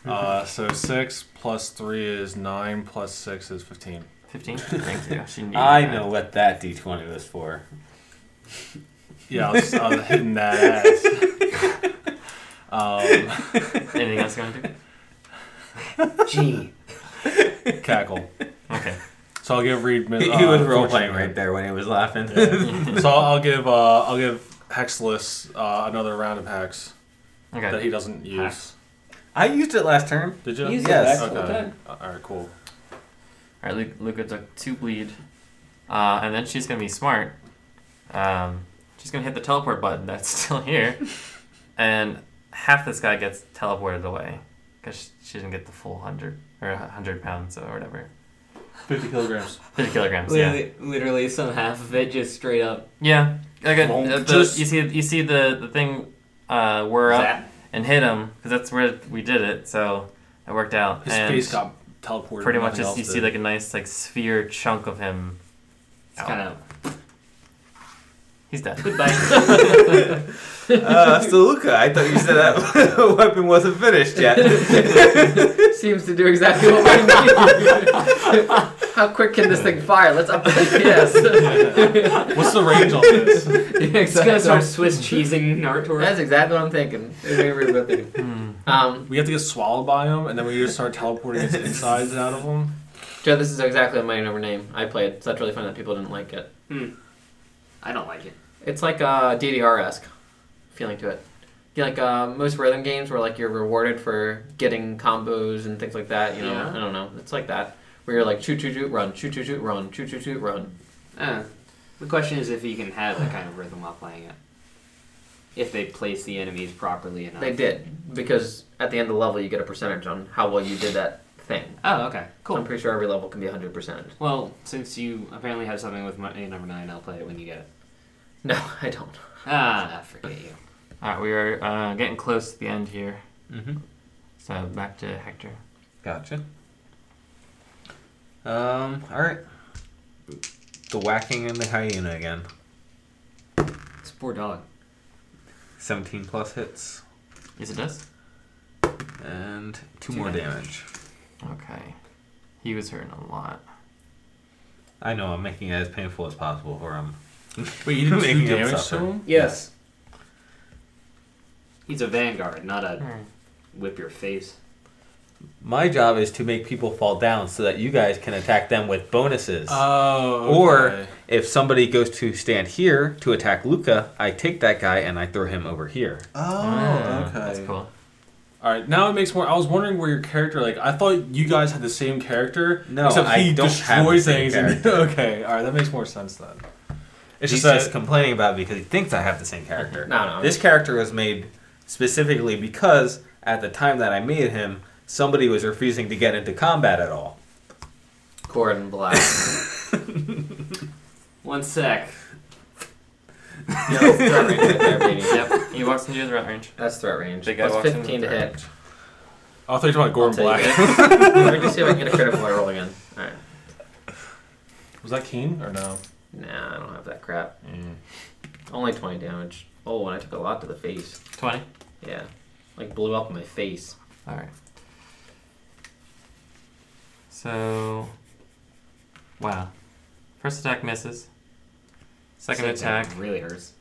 Speaker 3: uh, so 6 plus 3 is 9, plus 6 is 15.
Speaker 5: 15? Thank you. She needed
Speaker 6: I
Speaker 5: that.
Speaker 6: know what that d20 was for.
Speaker 3: Yeah, I was, I was hitting that ass. um,
Speaker 5: Anything else you want to do?
Speaker 7: Gee.
Speaker 3: cackle.
Speaker 5: Okay.
Speaker 3: So I'll give Reed. min-
Speaker 6: He,
Speaker 3: Uh,
Speaker 6: he was role
Speaker 3: fortune
Speaker 6: playing
Speaker 3: here.
Speaker 6: right there when he was laughing.
Speaker 3: so I'll give uh, I'll give Hexless uh, another round of hacks that
Speaker 5: Okay.
Speaker 3: he doesn't use.
Speaker 5: Hacks.
Speaker 6: I used it last turn.
Speaker 3: Did you?
Speaker 6: Use it Yes.
Speaker 4: back all the
Speaker 3: Okay.
Speaker 4: time.
Speaker 3: All right. Cool.
Speaker 5: Alright, Luke, Luca took two bleed. Uh, and then she's going to be smart. Um, She's gonna hit the teleport button that's still here, and half this guy gets teleported away because she didn't get the full hundred or hundred pounds or whatever,
Speaker 3: 50 kilograms.
Speaker 5: fifty kilograms. Yeah,
Speaker 7: Literally, literally, some half of it just straight up.
Speaker 5: yeah. Like a,
Speaker 3: Well,
Speaker 5: uh, the-
Speaker 3: just-
Speaker 5: you see, you see the the thing uh, whir up
Speaker 7: zap.
Speaker 5: and hit him because that's where we did it. So it worked out.
Speaker 3: His
Speaker 5: and
Speaker 3: face got teleported.
Speaker 5: pretty much
Speaker 3: nothing
Speaker 5: just
Speaker 3: else
Speaker 5: you see
Speaker 3: did.
Speaker 5: like a nice like sphere chunk of him.
Speaker 7: It's kind of
Speaker 5: He's dead.
Speaker 7: goodbye.
Speaker 6: Uh, Luca, I thought you said that weapon wasn't finished yet.
Speaker 2: Seems to do exactly what we need. How quick can this thing fire? Let's up the GPS.
Speaker 3: What's the range on this?
Speaker 7: it's gonna start Swiss cheesing Naruto.
Speaker 2: That's exactly what I'm thinking. That's exactly what I'm thinking.
Speaker 5: Hmm.
Speaker 2: Um,
Speaker 3: We have to get swallowed by him, and then we just start teleporting his insides out of him.
Speaker 2: Joe, this is exactly my number name. I played, so that's really fun that people didn't like it.
Speaker 7: Hmm. I don't like it.
Speaker 2: It's like uh, a DDR esque feeling to it. You know, like uh, most rhythm games where like you're rewarded for getting combos and things like that. You know,
Speaker 7: Yeah.
Speaker 2: I don't know. It's like that where you're like shoot, shoot, shoot, run, shoot, shoot, shoot, run, shoot, shoot, shoot, run.
Speaker 7: Uh, the question is if you can have that kind of rhythm while playing it. If they place the enemies properly enough.
Speaker 2: They did because at the end of the level you get a percentage on how well you did that thing.
Speaker 7: Oh,
Speaker 2: So
Speaker 7: okay,
Speaker 2: I'm
Speaker 7: cool.
Speaker 2: pretty sure every level can be 100%.
Speaker 7: Well, since you apparently have something with my, number nine, I'll play it when you get it.
Speaker 2: No, I don't.
Speaker 7: Ah, I forget you.
Speaker 5: All right, we are uh, getting close to the end here.
Speaker 6: mm-hmm.
Speaker 5: So back to Hector.
Speaker 6: Gotcha. Um, alright. The whacking and the hyena again.
Speaker 7: It's a poor dog.
Speaker 6: 17 plus hits.
Speaker 5: Yes, it does.
Speaker 6: And
Speaker 5: Two
Speaker 6: two, more
Speaker 5: damage.
Speaker 6: damage.
Speaker 5: Okay, he was hurting a lot.
Speaker 6: I know, I'm making it as painful as possible for him.
Speaker 3: Wait, you didn't do
Speaker 6: Making him
Speaker 3: damage to
Speaker 6: suffer.
Speaker 3: him?
Speaker 4: Yes.
Speaker 7: He's a vanguard, not a
Speaker 5: Alright.
Speaker 7: whip your face.
Speaker 6: My job is to make people fall down so that you guys can attack them with bonuses.
Speaker 3: Oh.
Speaker 6: Or if somebody goes to stand here to attack Luca, I take that guy and I throw him over here.
Speaker 5: Ah, That's cool.
Speaker 3: All right, now it makes more. I was wondering where your character, like, I thought you guys had the same character.
Speaker 6: No,
Speaker 3: except
Speaker 6: I
Speaker 3: he
Speaker 6: don't have the
Speaker 3: destroys
Speaker 6: same
Speaker 3: things. and- okay, all right, that makes more sense then. It's
Speaker 6: He's
Speaker 3: just,
Speaker 6: just
Speaker 3: that
Speaker 6: complaining about it because he thinks I have the same character.
Speaker 2: No, no.
Speaker 6: This character was made specifically because at the time that I made him, somebody was refusing to get into combat at all.
Speaker 2: Gordon Black.
Speaker 7: One sec.
Speaker 2: no, threat range right there, baby.
Speaker 5: Yep, he walks into your threat range.
Speaker 2: That's threat range.
Speaker 5: Big guy
Speaker 2: Plus
Speaker 5: walks into
Speaker 2: 15 to
Speaker 5: threat
Speaker 2: hit.
Speaker 3: oh, I thought you were talking about
Speaker 2: I'll
Speaker 3: Gordon
Speaker 2: take
Speaker 3: Black.
Speaker 2: it. Let me just see if I can get a critical I roll again. Alright.
Speaker 3: Was that Keen or no?
Speaker 2: Nah, I don't have that crap. Only 20 damage. Oh, and I took a lot to the face.
Speaker 5: Twenty.
Speaker 2: Yeah. Like blew up in my face.
Speaker 5: All right. So, wow. First attack misses. Second
Speaker 7: Six
Speaker 5: attack
Speaker 7: really hurts.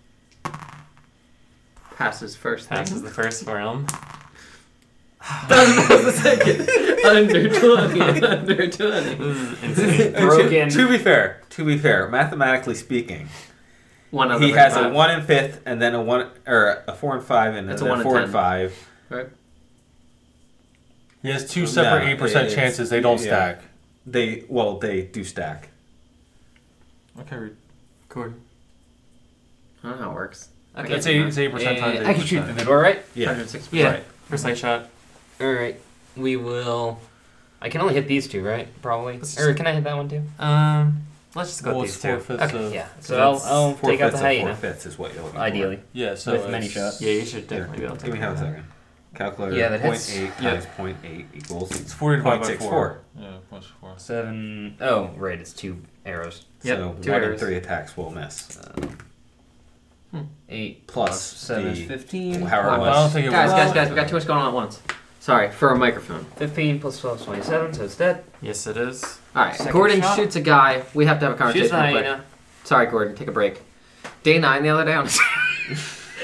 Speaker 2: Passes first thing.
Speaker 5: passes the first realm.
Speaker 2: Doesn't pass the second. under 20. Under 20.
Speaker 5: This is insane.
Speaker 7: Broken.
Speaker 6: To, to be fair, to be fair, mathematically speaking,
Speaker 2: One other
Speaker 6: he has a
Speaker 2: five.
Speaker 6: one and fifth, and then a one or a four and five, and
Speaker 2: That's
Speaker 6: then
Speaker 2: a
Speaker 6: a,
Speaker 2: one and
Speaker 6: four and,
Speaker 2: ten.
Speaker 6: five.
Speaker 2: Right.
Speaker 3: He has two separate
Speaker 6: No,
Speaker 3: eight percent
Speaker 6: it's-
Speaker 3: chances. They don't
Speaker 6: yeah.
Speaker 3: stack.
Speaker 6: They well, they do stack.
Speaker 3: Okay, Reed.
Speaker 5: Gordon.
Speaker 2: I don't know how it works.
Speaker 7: Okay.
Speaker 3: that's eight. It's eight percent times.
Speaker 7: Yeah,
Speaker 3: eight
Speaker 7: I can shoot through
Speaker 3: percent.
Speaker 7: the door, right?
Speaker 6: Yeah,
Speaker 2: 106
Speaker 7: Yeah.
Speaker 5: Right. First light shot.
Speaker 7: All right. We will. I can only hit these two, right? Probably.
Speaker 5: Let's
Speaker 7: Or can I hit that one too?
Speaker 5: Um, let's just go
Speaker 3: Well,
Speaker 5: with
Speaker 3: it's
Speaker 5: these two.
Speaker 3: four-fifths
Speaker 5: Okay.
Speaker 3: of-
Speaker 7: Yeah.
Speaker 5: So
Speaker 7: So I'll,
Speaker 5: that's
Speaker 7: I'll
Speaker 6: four
Speaker 7: take out the
Speaker 6: fifths of four
Speaker 7: hyena.
Speaker 6: fifths is what you're looking for.
Speaker 7: Ideally.
Speaker 3: Yeah. So
Speaker 7: With many
Speaker 3: it's-
Speaker 7: shots.
Speaker 5: Yeah, you should
Speaker 6: Here,
Speaker 5: definitely be able to.
Speaker 6: give me
Speaker 5: take
Speaker 6: half a
Speaker 5: that.
Speaker 6: second. Calculator.
Speaker 7: Yeah, that hits.
Speaker 6: 0.8
Speaker 5: Yeah.
Speaker 6: times 0.8 equals.
Speaker 3: It's forty divided by
Speaker 6: 0.64.
Speaker 3: four. Yeah, plus four.
Speaker 7: Seven oh right. It's two arrows.
Speaker 5: Yep,
Speaker 6: so
Speaker 5: two
Speaker 6: one in
Speaker 5: errors.
Speaker 6: three attacks will miss.
Speaker 7: Eight
Speaker 6: Plus
Speaker 7: seven is
Speaker 6: the-
Speaker 7: fifteen.
Speaker 6: However, it
Speaker 3: I don't
Speaker 6: was.
Speaker 3: think it
Speaker 2: Guys,
Speaker 3: was.
Speaker 2: guys, guys, we got too much going on at once. Sorry, for a microphone.
Speaker 7: Fifteen plus twelve is twenty-seven. So it's dead.
Speaker 5: Yes, it is.
Speaker 2: Alright,
Speaker 7: Second
Speaker 2: Gordon
Speaker 7: shot.
Speaker 2: shoots a guy. We have to have a
Speaker 7: Shoot
Speaker 2: conversation.
Speaker 7: the
Speaker 2: real quick.
Speaker 7: hyena.
Speaker 2: Sorry, Gordon, take a break. Day nine the other day on
Speaker 7: screw you,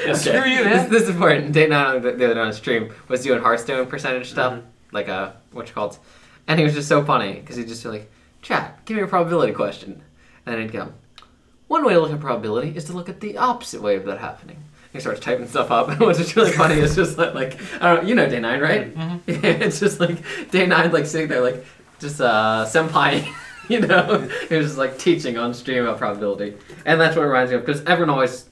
Speaker 2: this,
Speaker 7: man.
Speaker 2: this is important. Day nine on the, the other day on stream was doing Hearthstone percentage stuff, like uh, what you call it, and he was just so funny because he'd just be like, "Chat, give me a probability question," and he'd go, "One way to look at probability is to look at the opposite way of that happening." And He starts typing stuff up, and what's just really funny is just like, like I don't know, you know day nine, right? it's just like day nine, like sitting there, like just uh, senpai, you know, he was just like teaching on stream about probability, and that's what it reminds me of because everyone always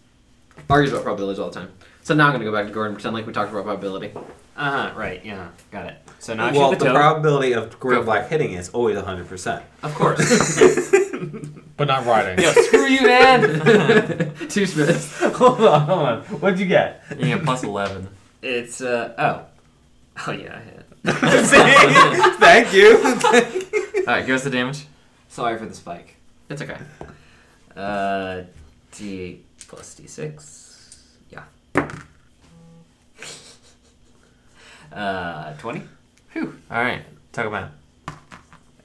Speaker 2: argues about probabilities all the time. So now I'm gonna go back to Gordon and pretend like we talked about probability.
Speaker 7: Uh huh. Right. Yeah. Got it. So now I
Speaker 6: well,
Speaker 7: shoot
Speaker 6: the,
Speaker 7: the toe.
Speaker 6: probability of
Speaker 7: Go
Speaker 6: Gordon
Speaker 7: for
Speaker 6: Black hitting is always 100%.
Speaker 7: of course.
Speaker 3: But not riding.
Speaker 7: Yo, screw you, man.
Speaker 2: Two Smiths.
Speaker 6: hold on, hold on. What'd you get?
Speaker 5: You get plus 11.
Speaker 7: it's uh oh. Oh yeah, I hit.
Speaker 6: Thank you.
Speaker 5: Alright, give us the damage.
Speaker 7: Sorry for the spike.
Speaker 2: It's okay.
Speaker 7: Uh, d8 plus d6. Yeah. Uh, 20?
Speaker 5: Alright, talk about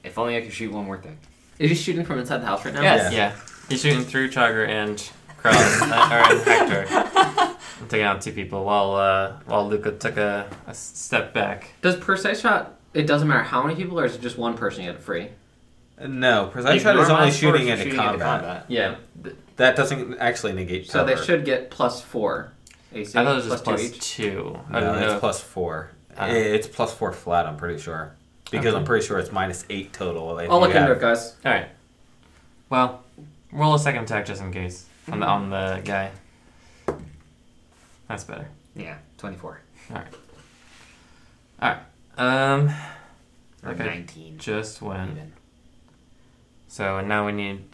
Speaker 7: If only I could shoot one more thing.
Speaker 2: Is he shooting from inside the house right now?
Speaker 5: Yes. Yeah. He's shooting through Chogger and Krell, uh, or and Hector. I'm taking out two people while uh, while Luca took a, a s- step back.
Speaker 2: Does per se shot? It doesn't matter how many people, or is it just one person you get it free?
Speaker 6: No, precise shot is
Speaker 7: Ignore my
Speaker 6: only
Speaker 7: sword
Speaker 6: shooting
Speaker 7: for
Speaker 6: into combat.
Speaker 5: Yeah.
Speaker 6: That doesn't actually negate
Speaker 2: So they
Speaker 6: cover.
Speaker 2: should get plus four. AC,
Speaker 5: I thought it was just
Speaker 2: plus
Speaker 5: plus
Speaker 2: two each.
Speaker 5: two. I
Speaker 6: No,
Speaker 5: don't
Speaker 6: it's
Speaker 5: know.
Speaker 6: plus four.
Speaker 5: Ah.
Speaker 6: It's plus four flat. I'm pretty sure because
Speaker 5: Okay.
Speaker 6: I'm pretty sure it's minus eight total. if
Speaker 2: I'll
Speaker 6: you
Speaker 2: look into
Speaker 6: have-
Speaker 2: it, guys.
Speaker 5: Alright. Well, roll a second attack just in case. On the, on the guy. That's better.
Speaker 7: Yeah, 24.
Speaker 5: Alright. Um,
Speaker 7: Or
Speaker 5: Okay.
Speaker 7: 19.
Speaker 5: just went.
Speaker 7: Even.
Speaker 5: So and now we need.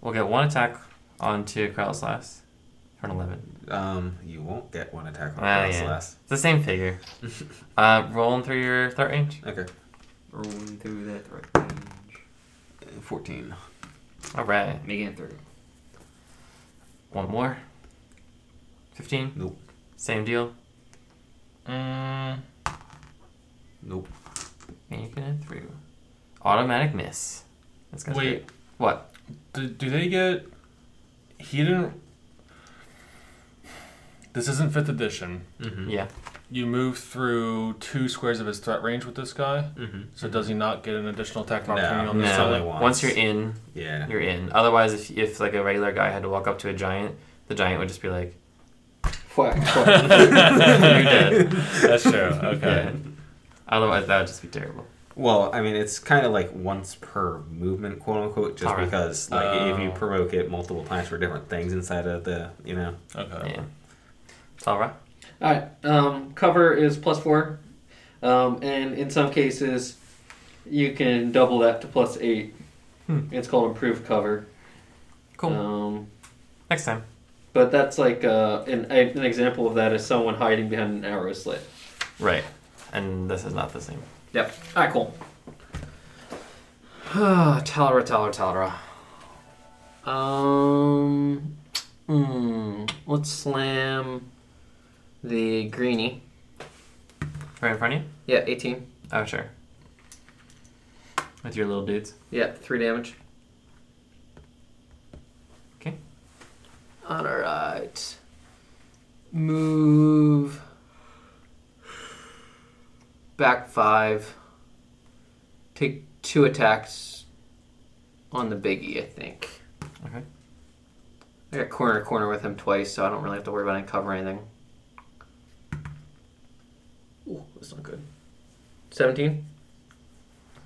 Speaker 5: We'll get one attack onto Krell's last for an 11.
Speaker 6: Um, you won't get one attack on
Speaker 5: Ah,
Speaker 6: Kratos
Speaker 5: yeah.
Speaker 6: last.
Speaker 5: It's the same figure. uh, rolling through your threat range.
Speaker 6: Okay,
Speaker 7: Rolling through that right range.
Speaker 6: fourteen.
Speaker 5: All right,
Speaker 7: Making it through.
Speaker 5: one more. Fifteen.
Speaker 6: Nope.
Speaker 5: Same deal. Mm,
Speaker 6: Nope.
Speaker 5: making it through. Automatic miss. That's gonna
Speaker 3: Wait.
Speaker 5: Great. What?
Speaker 3: Do, do they get? He didn't. This isn't fifth edition.
Speaker 6: Mm-hmm.
Speaker 5: Yeah.
Speaker 3: You move through two squares of his threat range with this guy.
Speaker 6: Mm-hmm.
Speaker 3: So does he not get an additional attack of opportunity
Speaker 6: No,
Speaker 3: on
Speaker 6: no.
Speaker 3: this
Speaker 6: only
Speaker 3: side?
Speaker 6: once.
Speaker 5: Once you're in,
Speaker 6: Yeah.
Speaker 5: you're in. Otherwise, if, if like a regular guy had to walk up to a giant, the giant would just be like,
Speaker 2: Whack, whack.
Speaker 5: "You're dead."
Speaker 3: That's true. Okay.
Speaker 5: Yeah. Otherwise, that would just be terrible.
Speaker 6: Well, I mean, it's kind of like once per movement, quote unquote, just
Speaker 5: Alright.
Speaker 6: because like if you
Speaker 3: Oh.
Speaker 6: provoke it multiple times for different things inside of the, you know.
Speaker 3: Okay.
Speaker 5: Yeah. It's all right.
Speaker 2: all right. Um, cover is plus four, um, and in some cases, you can double that to plus eight.
Speaker 5: Hmm.
Speaker 2: It's called improved cover.
Speaker 5: Cool.
Speaker 2: Um,
Speaker 5: Next time.
Speaker 2: but that's like uh, an an example of that is someone hiding behind an arrow slit.
Speaker 5: Right. And this is not the same.
Speaker 2: Yep. All right. Cool. Talra, Talra, Talra. Um, mm, let's slam the greenie.
Speaker 5: Right in front of you?
Speaker 2: Yeah, eighteen.
Speaker 5: Oh, sure. With your little dudes.
Speaker 2: Yeah, three damage.
Speaker 5: Okay.
Speaker 2: All right. Move back five. Take two attacks on the biggie, I think.
Speaker 5: Okay.
Speaker 2: I got corner to corner with him twice, so I don't really have to worry about any cover or anything. Ooh, that's not good. 17?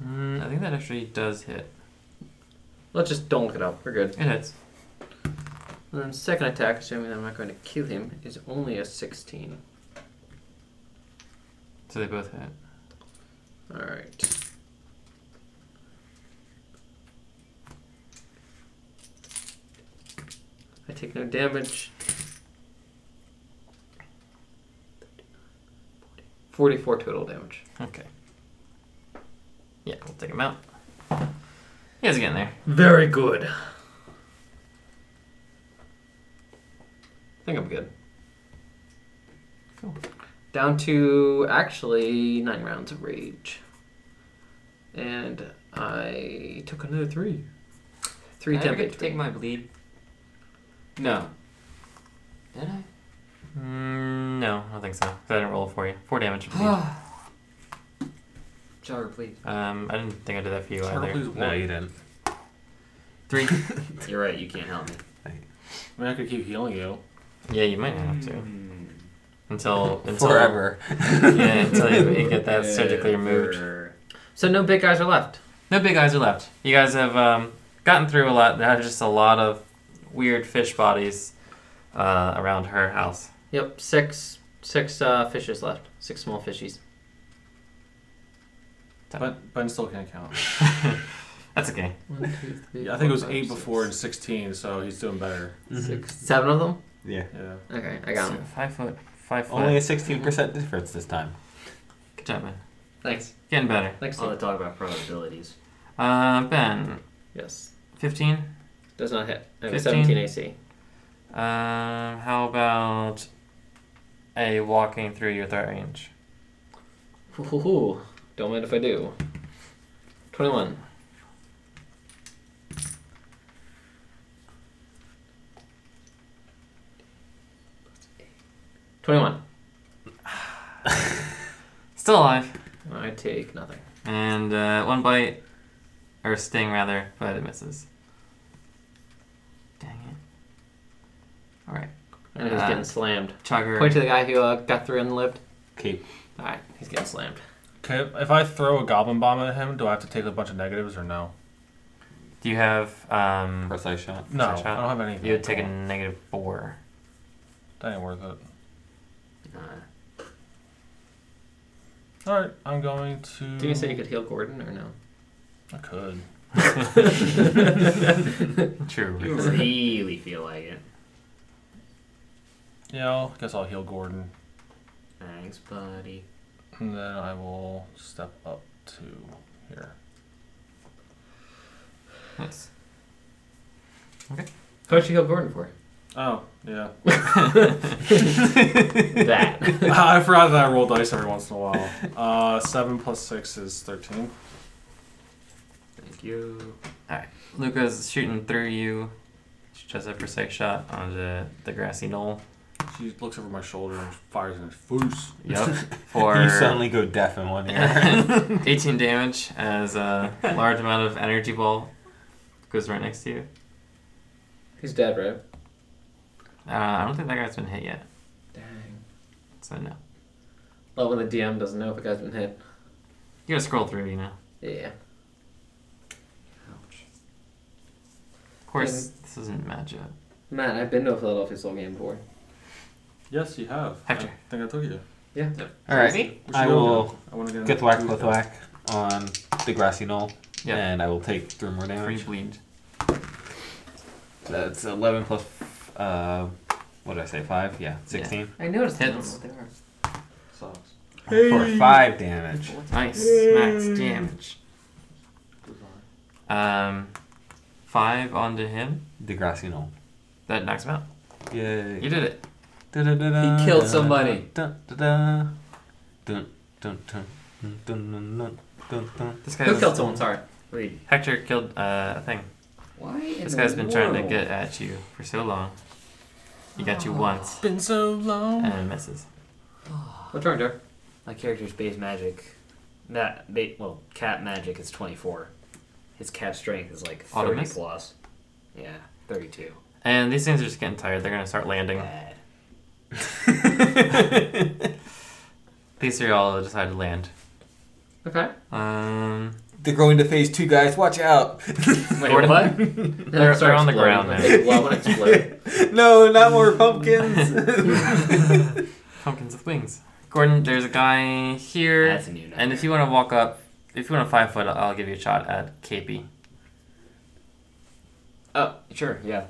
Speaker 5: Mm, I think that actually does hit.
Speaker 2: Let's just don't look it up. We're good.
Speaker 5: It hits.
Speaker 2: And then second attack, assuming I'm not going to kill him, is only a 16.
Speaker 5: So they both hit.
Speaker 2: Alright. I take no damage. 44 total damage.
Speaker 5: Okay. Yeah, we'll take him out. He is getting there.
Speaker 2: Very good. I think I'm good.
Speaker 5: Cool.
Speaker 2: Down to actually nine rounds of rage. And I took another three. Three
Speaker 7: Did I ever
Speaker 2: damage.
Speaker 7: get to take my bleed? No. Did
Speaker 5: Mm, no, I don't think so. 'cause I didn't roll for you. Four damage. if you need.
Speaker 7: I? Jogger, please.
Speaker 5: um, I didn't think I did that for you
Speaker 3: Charlie,
Speaker 5: either.
Speaker 3: please,
Speaker 6: No,
Speaker 3: one.
Speaker 6: you didn't.
Speaker 5: Three.
Speaker 7: You're right, you can't help me.
Speaker 3: I mean, I could keep healing you.
Speaker 5: yeah, you might have to
Speaker 7: Hmm.
Speaker 5: until until
Speaker 6: Forever.
Speaker 5: Yeah, until you, you get that surgically removed.
Speaker 7: Forever.
Speaker 2: so no big guys are left.
Speaker 5: No big eyes are left. You guys have um, gotten through a lot. There are just a lot of weird fish bodies uh, around her house.
Speaker 2: Yep, six six uh, fishes left. Six small fishies.
Speaker 3: Ben, ben still can't count.
Speaker 5: That's okay.
Speaker 2: One, two, three.
Speaker 3: Yeah, I think it was
Speaker 2: four, five,
Speaker 3: eight
Speaker 2: six,
Speaker 3: before and sixteen, so he's doing better.
Speaker 2: six- Mm-hmm. seven of them.
Speaker 6: Yeah.
Speaker 3: Yeah.
Speaker 2: Okay, I got
Speaker 5: So
Speaker 2: them.
Speaker 5: five foot, five foot.
Speaker 6: Only a 16% difference this time.
Speaker 5: Good job, Ben.
Speaker 2: Thanks.
Speaker 5: Getting better.
Speaker 2: Thanks.
Speaker 7: All
Speaker 2: Steve.
Speaker 7: the talk about probabilities.
Speaker 5: Uh, ben,
Speaker 2: Yes,
Speaker 5: fifteen.
Speaker 2: does not hit. I have a
Speaker 5: 15.
Speaker 2: seventeen AC.
Speaker 5: Um, how about a walking through your threat range?
Speaker 2: Hoo, hoo, hoo. Don't mind if I do. Twenty-one. Twenty-one.
Speaker 5: Still alive.
Speaker 2: I take nothing.
Speaker 5: And uh, one bite, or sting rather, but it misses. Dang it. Alright.
Speaker 2: I know he's
Speaker 5: Ah.
Speaker 2: getting slammed.
Speaker 5: Chugger.
Speaker 2: Point to the guy who uh, got through and lived.
Speaker 6: Keep.
Speaker 2: All right, he's getting slammed.
Speaker 3: Okay, if I throw a goblin bomb at him, do I have to take a bunch of negatives or no?
Speaker 5: Do you have, um,
Speaker 6: Precise shot.
Speaker 3: No, I
Speaker 5: Precise shot?
Speaker 3: don't have anything.
Speaker 5: you would take a negative four.
Speaker 3: That ain't worth it.
Speaker 7: Uh,
Speaker 3: All right, I'm going to.
Speaker 2: Did you say you could heal Gordon or no?
Speaker 3: I could.
Speaker 5: True.
Speaker 7: you really feel like it.
Speaker 3: Yeah, I guess I'll heal Gordon,
Speaker 7: Thanks, buddy.
Speaker 3: and then I will step up to here.
Speaker 5: Nice.
Speaker 2: How much you heal Gordon for?
Speaker 3: Oh, yeah.
Speaker 2: that.
Speaker 3: I forgot that I roll dice every once in a while. Uh, seven plus six is thirteen.
Speaker 7: Thank you.
Speaker 5: Luca's shooting through you. She does a precise shot on the, the grassy knoll.
Speaker 3: She looks over my shoulder and fires in his face.
Speaker 5: Yep. For
Speaker 6: You suddenly go deaf in one ear.
Speaker 5: 18 damage as a large amount of energy ball goes right next to you.
Speaker 2: He's dead, right?
Speaker 5: Uh, I don't think that guy's been hit yet,
Speaker 2: Dang.
Speaker 5: so no.
Speaker 2: Love when the DM doesn't know if a guy's been hit.
Speaker 5: You gotta scroll through, you know.
Speaker 2: Yeah.
Speaker 5: Of course, this doesn't match up.
Speaker 2: Matt, I've been to a Philadelphia Soul game before.
Speaker 3: Yes, you have.
Speaker 5: Hector.
Speaker 3: I think I took you.
Speaker 2: Yeah.
Speaker 6: All right.
Speaker 5: Easy?
Speaker 3: We should
Speaker 6: I
Speaker 3: go
Speaker 6: will
Speaker 3: now. I want to
Speaker 6: get whack with whack on the grassy knoll,
Speaker 5: Yeah.
Speaker 6: and I will take three more
Speaker 5: Free
Speaker 6: damage.
Speaker 5: bleed.
Speaker 6: That's 11 plus, uh, what did I say, 5? Yeah, 16.
Speaker 2: I noticed
Speaker 5: I don't know what
Speaker 2: they are.
Speaker 3: Sucks.
Speaker 6: For 5 damage.
Speaker 5: Nice. Max damage. Um, five onto him.
Speaker 6: The grassy knoll.
Speaker 5: That knocks him out.
Speaker 6: Yay.
Speaker 5: You did it.
Speaker 6: He
Speaker 4: He killed somebody.
Speaker 6: Dun, dun, dun, dun, dun, dun, dun, dun, dun, dun, dun, dun.
Speaker 5: This guy
Speaker 2: Who
Speaker 5: was-
Speaker 2: killed someone? Sorry.
Speaker 7: Read.
Speaker 5: Hector killed uh, a thing.
Speaker 4: Why? in
Speaker 5: This
Speaker 4: the
Speaker 5: guy's been trying to
Speaker 4: world? Oh.
Speaker 5: get at you for so long. He got you once
Speaker 3: Been so long.
Speaker 5: and misses.
Speaker 2: What's wrong, Joe?
Speaker 7: My character's base magic, that ba- well, cap magic is twenty four. His cap strength is like thirty
Speaker 5: Automiss?
Speaker 7: plus. Yeah, thirty two.
Speaker 5: And these things are just getting tired. They're gonna start landing.
Speaker 7: Bad.
Speaker 5: These three all decided to land.
Speaker 2: Okay.
Speaker 5: Um,
Speaker 6: They're going to phase two, guys. Watch out!
Speaker 7: Wait,
Speaker 5: Gordon?
Speaker 7: what?
Speaker 5: They're-
Speaker 2: Start
Speaker 5: they're on the
Speaker 2: exploding.
Speaker 5: ground now.
Speaker 2: They blow and explode.
Speaker 6: no, not more pumpkins.
Speaker 5: pumpkins with wings. Gordon, there's a guy here.
Speaker 7: That's a new nightmare.
Speaker 5: and if you want to walk up, if you want to five foot, I'll give you a shot at KP.
Speaker 7: Oh, sure, yeah.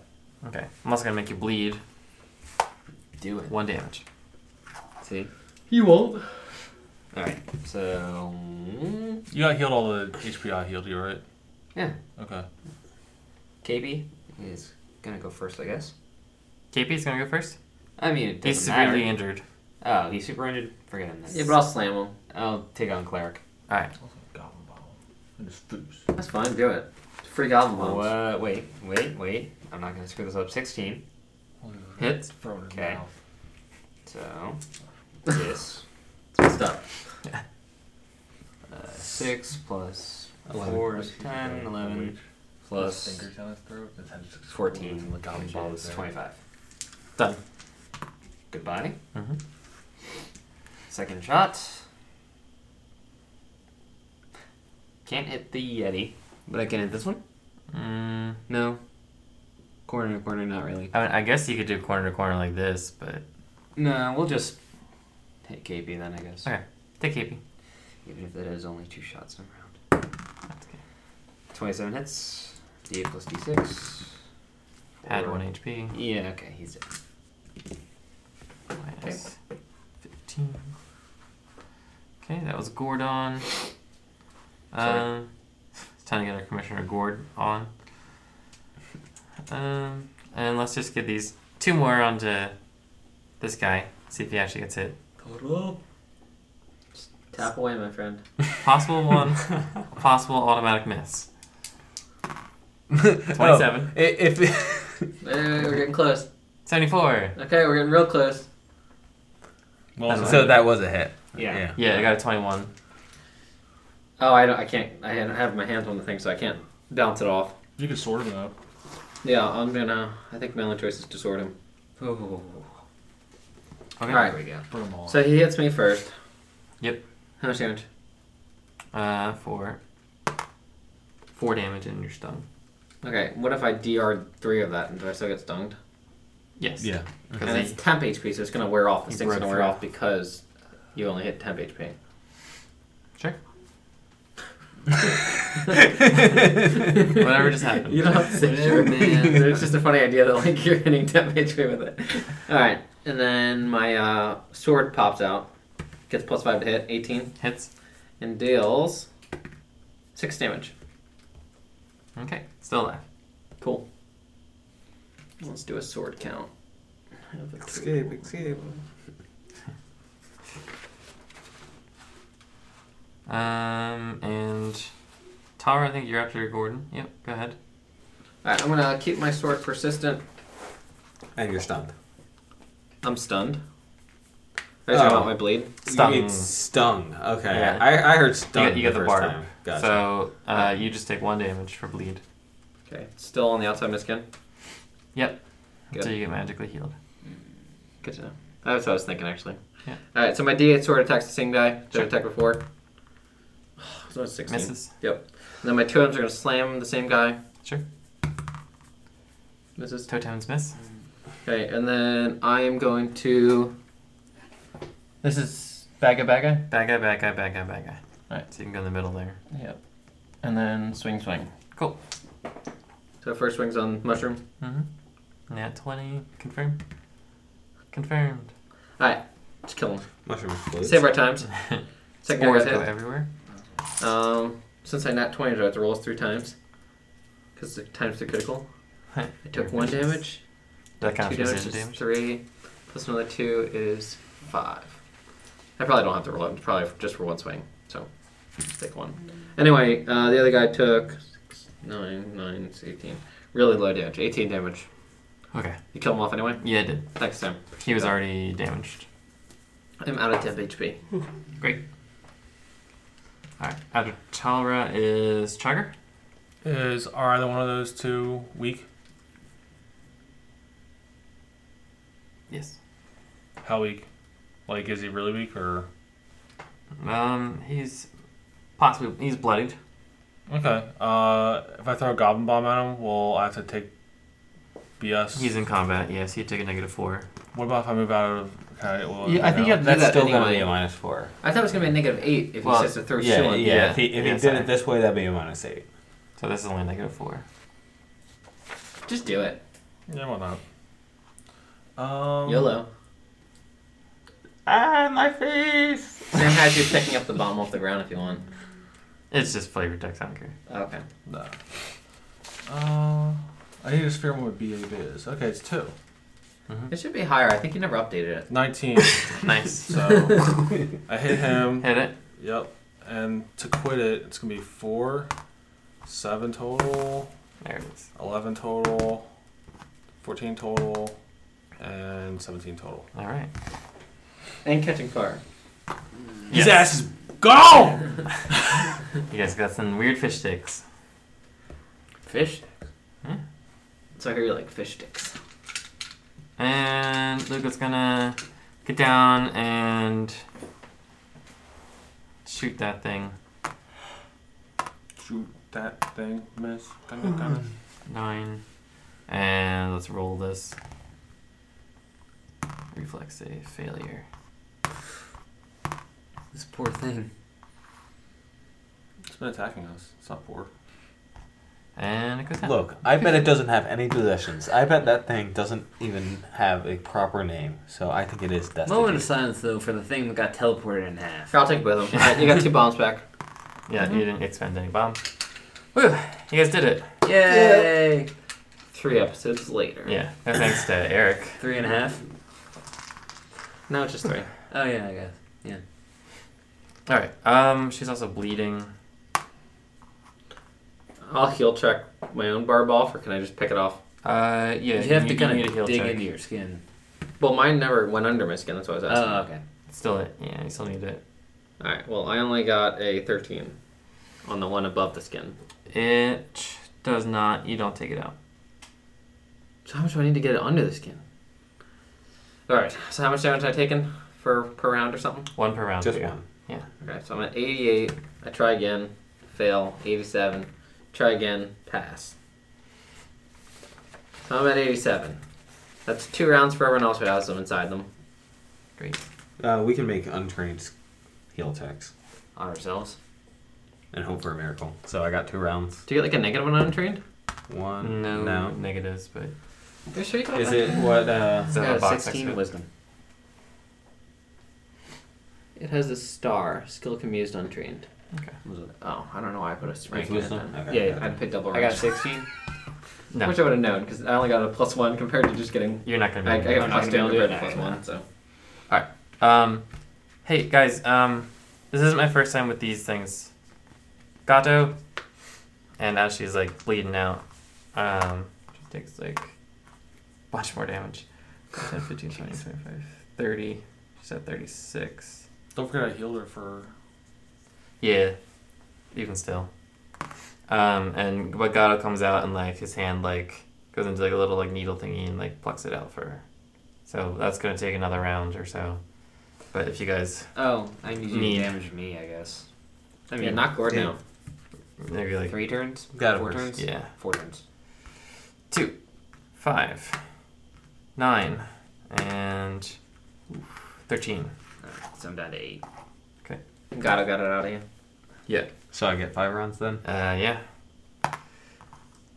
Speaker 5: Okay. I'm also gonna make you bleed
Speaker 7: Do it.
Speaker 5: one damage.
Speaker 7: See?
Speaker 2: He won't.
Speaker 7: Alright, so.
Speaker 3: You got healed all the HP I healed you, right?
Speaker 7: Yeah.
Speaker 3: Okay.
Speaker 7: KB is gonna go first, I guess.
Speaker 5: KP is gonna go first.
Speaker 7: I mean, it doesn't
Speaker 5: He's severely
Speaker 7: matter.
Speaker 5: injured.
Speaker 7: Oh, he's super injured? Forget him then.
Speaker 2: Yeah, but I'll slam him.
Speaker 7: I'll take on Cleric.
Speaker 5: All right.
Speaker 3: Goblin bomb. In his face.
Speaker 2: That's fine. Do it. Free goblin bombs.
Speaker 7: Wha- wait, wait, wait. I'm not gonna screw this up. 16.
Speaker 5: Hits.
Speaker 3: Throw it in his
Speaker 7: Okay.
Speaker 3: mouth.
Speaker 7: So. This.
Speaker 2: Stuff.
Speaker 7: Uh, 6 plus
Speaker 6: Eleven.
Speaker 7: 4 is 10, 11 plus
Speaker 3: Fingers down his throat. His head just explodes
Speaker 7: 14,
Speaker 3: and the goblin
Speaker 7: which
Speaker 3: bomb
Speaker 7: is
Speaker 3: is there.
Speaker 7: 25.
Speaker 5: Done.
Speaker 7: Goodbye.
Speaker 5: Mm-hmm.
Speaker 7: Second shot. Can't hit the Yeti, but I can hit this one?
Speaker 5: Mm,
Speaker 7: No.
Speaker 2: Corner to corner, not really.
Speaker 5: I mean, I guess you could do corner to corner like this, but
Speaker 7: No, we'll just hit KP then, I guess.
Speaker 5: Okay. take KP.
Speaker 7: Even if that is only two shots in a round.
Speaker 5: That's okay.
Speaker 7: 27 hits. D8 plus D6.
Speaker 5: Add
Speaker 7: Four.
Speaker 5: one HP.
Speaker 7: Yeah, okay, he's dead.
Speaker 5: Minus 15. Okay, that was Gord on.
Speaker 7: Sorry.
Speaker 5: Um, it's time to get our Commissioner Gord on. Um, and let's just get these two more onto this guy. See if he actually gets hit.
Speaker 2: Tap away, my friend.
Speaker 5: Possible one, possible automatic miss. 27.
Speaker 6: Oh, I- If
Speaker 2: Wait, wait, wait, we're getting close.
Speaker 5: 74.
Speaker 2: Okay, we're getting real close.
Speaker 3: Well,
Speaker 6: so, that was a hit.
Speaker 7: Yeah.
Speaker 5: Yeah, I got a 21.
Speaker 2: Oh, I don't. I can't. I don't have my hands on the thing, so I can't bounce it off.
Speaker 3: you can sort them up.
Speaker 2: Yeah, I'm gonna. I think my only choice is to sort him.
Speaker 7: Oh.
Speaker 5: Okay.
Speaker 2: Alright.
Speaker 7: There we go.
Speaker 3: Put them all.
Speaker 2: So he hits me first.
Speaker 5: Yep.
Speaker 2: How much damage?
Speaker 5: Uh, four. Four damage and you're stunned.
Speaker 2: Okay. What if I dr three of that, and do I still get stung?
Speaker 5: Yes.
Speaker 6: Yeah.
Speaker 5: Because
Speaker 2: And it's temp HP, so it's gonna wear off. The
Speaker 5: You
Speaker 2: sting's
Speaker 5: broke
Speaker 2: gonna wear
Speaker 5: through.
Speaker 2: off because you only hit temp HP.
Speaker 5: Sure. Whatever just happened.
Speaker 2: You don't have to say sure, man. It's just a funny idea that like you're hitting temp HP with it. All right, and then my uh, sword pops out, gets plus five to hit, eighteen,
Speaker 5: Hits.
Speaker 2: and deals six damage.
Speaker 5: Okay. Still alive.
Speaker 2: Cool. Let's do a sword count.
Speaker 6: Escape, escape.
Speaker 5: Um, and Tara, I think you're after Gordon. Yep. Go ahead.
Speaker 2: Alright, I'm gonna keep my sword persistent.
Speaker 6: And you're stunned.
Speaker 2: I'm stunned. I just
Speaker 6: Oh.
Speaker 2: want my bleed.
Speaker 5: Stung.
Speaker 6: You mean stung. Okay.
Speaker 5: Yeah.
Speaker 6: I, I heard stung.
Speaker 5: you get, you get the,
Speaker 6: first
Speaker 5: barb.
Speaker 6: time. Gotcha.
Speaker 5: So uh, you just take one damage for bleed.
Speaker 2: Okay, still on the outside of my skin.
Speaker 5: Yep.
Speaker 2: Good.
Speaker 5: Until you get magically healed.
Speaker 2: Good to know. That's what I was thinking, actually.
Speaker 5: Yeah.
Speaker 2: Alright, so my D8 sword attacks the same guy that
Speaker 5: Sure.
Speaker 2: I attacked before. So it's 16.
Speaker 5: Misses.
Speaker 2: Yep. And then my two arms are gonna slam the same guy.
Speaker 5: Sure.
Speaker 2: Misses.
Speaker 5: Totems miss.
Speaker 2: Okay, and then I am going to. This is Bagga Bagga?
Speaker 5: Bad guy. Bad guy. Bad guy. Bad guy. All right. So you can go in the middle there.
Speaker 2: Yep. And then swing, swing.
Speaker 5: Cool.
Speaker 2: So first swing's on mushroom.
Speaker 5: Mm-hmm. Nat twenty. Confirmed. Confirmed.
Speaker 2: Alright, just kill him.
Speaker 6: Mushroom floats.
Speaker 2: Save our times. Second guy
Speaker 5: Spores
Speaker 2: got
Speaker 5: go
Speaker 2: hit.
Speaker 5: everywhere.
Speaker 2: Um, since I nat 20, do I have to roll this three times? Because the times the critical. I took one damage,
Speaker 5: That counts
Speaker 2: two
Speaker 5: for
Speaker 2: damage
Speaker 5: damage.
Speaker 2: is
Speaker 5: damage.
Speaker 2: three, plus another two is five. I probably don't have to roll it, probably just for one swing. So, take one. Anyway, uh, the other guy took six, nine, nine, it's 18. Really low damage, 18 damage.
Speaker 5: Okay.
Speaker 2: You kill him off anyway?
Speaker 5: Yeah, it did.
Speaker 2: Next time.
Speaker 5: He was already damaged.
Speaker 2: I'm out of temp HP.
Speaker 5: Great. All right. After Talra is Chugger.
Speaker 3: Is are either one of those two weak?
Speaker 5: Yes.
Speaker 3: How weak? Like, is he really weak or?
Speaker 5: Um, he's possibly he's bloodied.
Speaker 3: Okay. Uh, if I throw a goblin bomb at him, will I have to take BS?
Speaker 5: He's in combat. Yes, he took a negative four.
Speaker 3: What about if I move out of? Okay. Well,
Speaker 6: Yeah, I think you have to That's
Speaker 2: do that
Speaker 6: still going to
Speaker 2: anyway.
Speaker 6: be a minus four.
Speaker 2: I thought it was gonna be a negative eight if
Speaker 5: Well,
Speaker 2: he says to throw
Speaker 6: Yeah, yeah,
Speaker 2: shielding.
Speaker 6: If he, if
Speaker 5: Yeah,
Speaker 6: he did
Speaker 5: sorry.
Speaker 6: it this way, that'd be a minus eight.
Speaker 5: So this is only a negative four.
Speaker 2: Just do it.
Speaker 3: Yeah, why not? Um,
Speaker 2: YOLO.
Speaker 6: Ah, my face!
Speaker 2: Sam has you picking up the bomb off the ground if you want.
Speaker 5: It's just flavored text. I don't care.
Speaker 2: Okay.
Speaker 3: No. Uh, I need to figure out what BA is. Okay, it's two.
Speaker 2: It should be higher. I think you never updated it.
Speaker 3: Nineteen.
Speaker 5: Nice.
Speaker 3: so I hit him.
Speaker 5: Hit it.
Speaker 3: Yep. And to quit it, it's gonna be four, seven total,
Speaker 5: There it is.
Speaker 3: eleven total, fourteen total, and seventeen total.
Speaker 5: All right.
Speaker 2: And catching fire.
Speaker 5: Yes.
Speaker 3: ass is gone.
Speaker 5: You guys got some weird fish sticks.
Speaker 2: Fish?
Speaker 5: Hmm?
Speaker 2: So I hear you like fish sticks.
Speaker 5: And Luca's gonna get down and shoot that thing.
Speaker 7: Mm-hmm.
Speaker 3: Shoot that thing, miss. Dun, dun, dun.
Speaker 5: Nine. And let's roll this. Reflex save failure.
Speaker 4: This poor thing.
Speaker 3: It's been attacking us. It's not poor.
Speaker 5: And it goes down.
Speaker 6: Look, I bet it doesn't have any possessions. I bet that thing doesn't even have a proper name. So I think it is
Speaker 7: Moment of
Speaker 6: destitute.
Speaker 7: silence, though, for the thing that got teleported in half.
Speaker 2: I'll take both of them. All right, you got two bombs back.
Speaker 5: Yeah,
Speaker 2: Mm-hmm.
Speaker 5: you didn't expend any bomb. Woo! You guys did it.
Speaker 7: Yay!
Speaker 2: Three episodes later.
Speaker 5: Yeah. No thanks to Eric.
Speaker 7: Three and a half.
Speaker 2: No, it's just three.
Speaker 7: Oh yeah, I guess.
Speaker 5: All right. Um, she's also bleeding.
Speaker 2: I'll heal check my own barb off, or can I just pick it off?
Speaker 5: Uh, yeah.
Speaker 7: you have to kind
Speaker 5: need a
Speaker 7: of
Speaker 5: heal
Speaker 7: dig
Speaker 5: check.
Speaker 7: into your skin.
Speaker 2: Well, mine never went under my skin. That's what I was asking.
Speaker 7: Oh, okay.
Speaker 5: Still, yeah, you still need it.
Speaker 2: All right. Well, I only got a thirteen on the one above the skin.
Speaker 5: It does not. You don't take it out.
Speaker 2: So how much do I need to get it under the skin? All right. So how much damage I taken for per round or something?
Speaker 5: One per round.
Speaker 6: Just
Speaker 5: Yeah.
Speaker 6: one.
Speaker 2: Okay. So I'm at eighty-eight. I try again, fail. Eighty-seven. Try again, pass. So I'm at eighty-seven. That's two rounds for everyone else who has them inside them.
Speaker 6: Uh, we can make untrained heal attacks
Speaker 7: On ourselves.
Speaker 6: and hope for a miracle. So I got two rounds.
Speaker 2: Do you get like a negative one untrained?
Speaker 6: One.
Speaker 5: No,
Speaker 6: No.
Speaker 5: negatives, but
Speaker 2: Are you sure you got
Speaker 6: Is
Speaker 2: that?
Speaker 6: it what? Uh,
Speaker 5: it's
Speaker 2: Yeah,
Speaker 5: a box
Speaker 2: sixteen
Speaker 5: extra.
Speaker 2: wisdom. It has a star. Skill can be used untrained.
Speaker 5: Okay.
Speaker 2: Oh, I don't know why I put a rank
Speaker 6: it's
Speaker 2: in it
Speaker 6: wisdom?
Speaker 2: then.
Speaker 6: Okay.
Speaker 2: Yeah, I'd pick double
Speaker 7: I got
Speaker 2: rank.
Speaker 7: sixteen.
Speaker 5: No,
Speaker 2: Which I would have known because I only got a plus one compared to just getting.
Speaker 5: you're not
Speaker 2: I, I
Speaker 5: gonna. Be
Speaker 2: got
Speaker 7: I'm not
Speaker 2: plus
Speaker 7: gonna
Speaker 2: two
Speaker 7: be able to do
Speaker 2: compared
Speaker 7: it
Speaker 2: to plus
Speaker 7: now.
Speaker 2: one, so.
Speaker 5: um, hey guys, um, this isn't my first time with these things. Gato, and now she's like bleeding out. Um, she takes like much more damage. 10, 15, 20, 25, 30. She's at 36.
Speaker 3: Don't forget I healed her for.
Speaker 5: Yeah, even still. Um, and but Gato comes out and like his hand like goes into like a little like needle thingy and like plucks it out for her. So that's gonna take another round or so. But if you guys
Speaker 7: Oh, I need you
Speaker 5: Need.
Speaker 7: to damage me, I guess. I
Speaker 2: Yeah,
Speaker 7: mean,
Speaker 2: not Gord
Speaker 6: Yeah.
Speaker 2: now.
Speaker 5: maybe like
Speaker 7: three turns.
Speaker 6: Got it
Speaker 7: four
Speaker 6: worse.
Speaker 7: turns.
Speaker 5: yeah
Speaker 7: Four turns.
Speaker 5: two, five, nine, and thirteen.
Speaker 7: Alright, so I'm down to eight.
Speaker 2: Gato got it out of you.
Speaker 6: so I get five rounds then.
Speaker 5: Uh, yeah.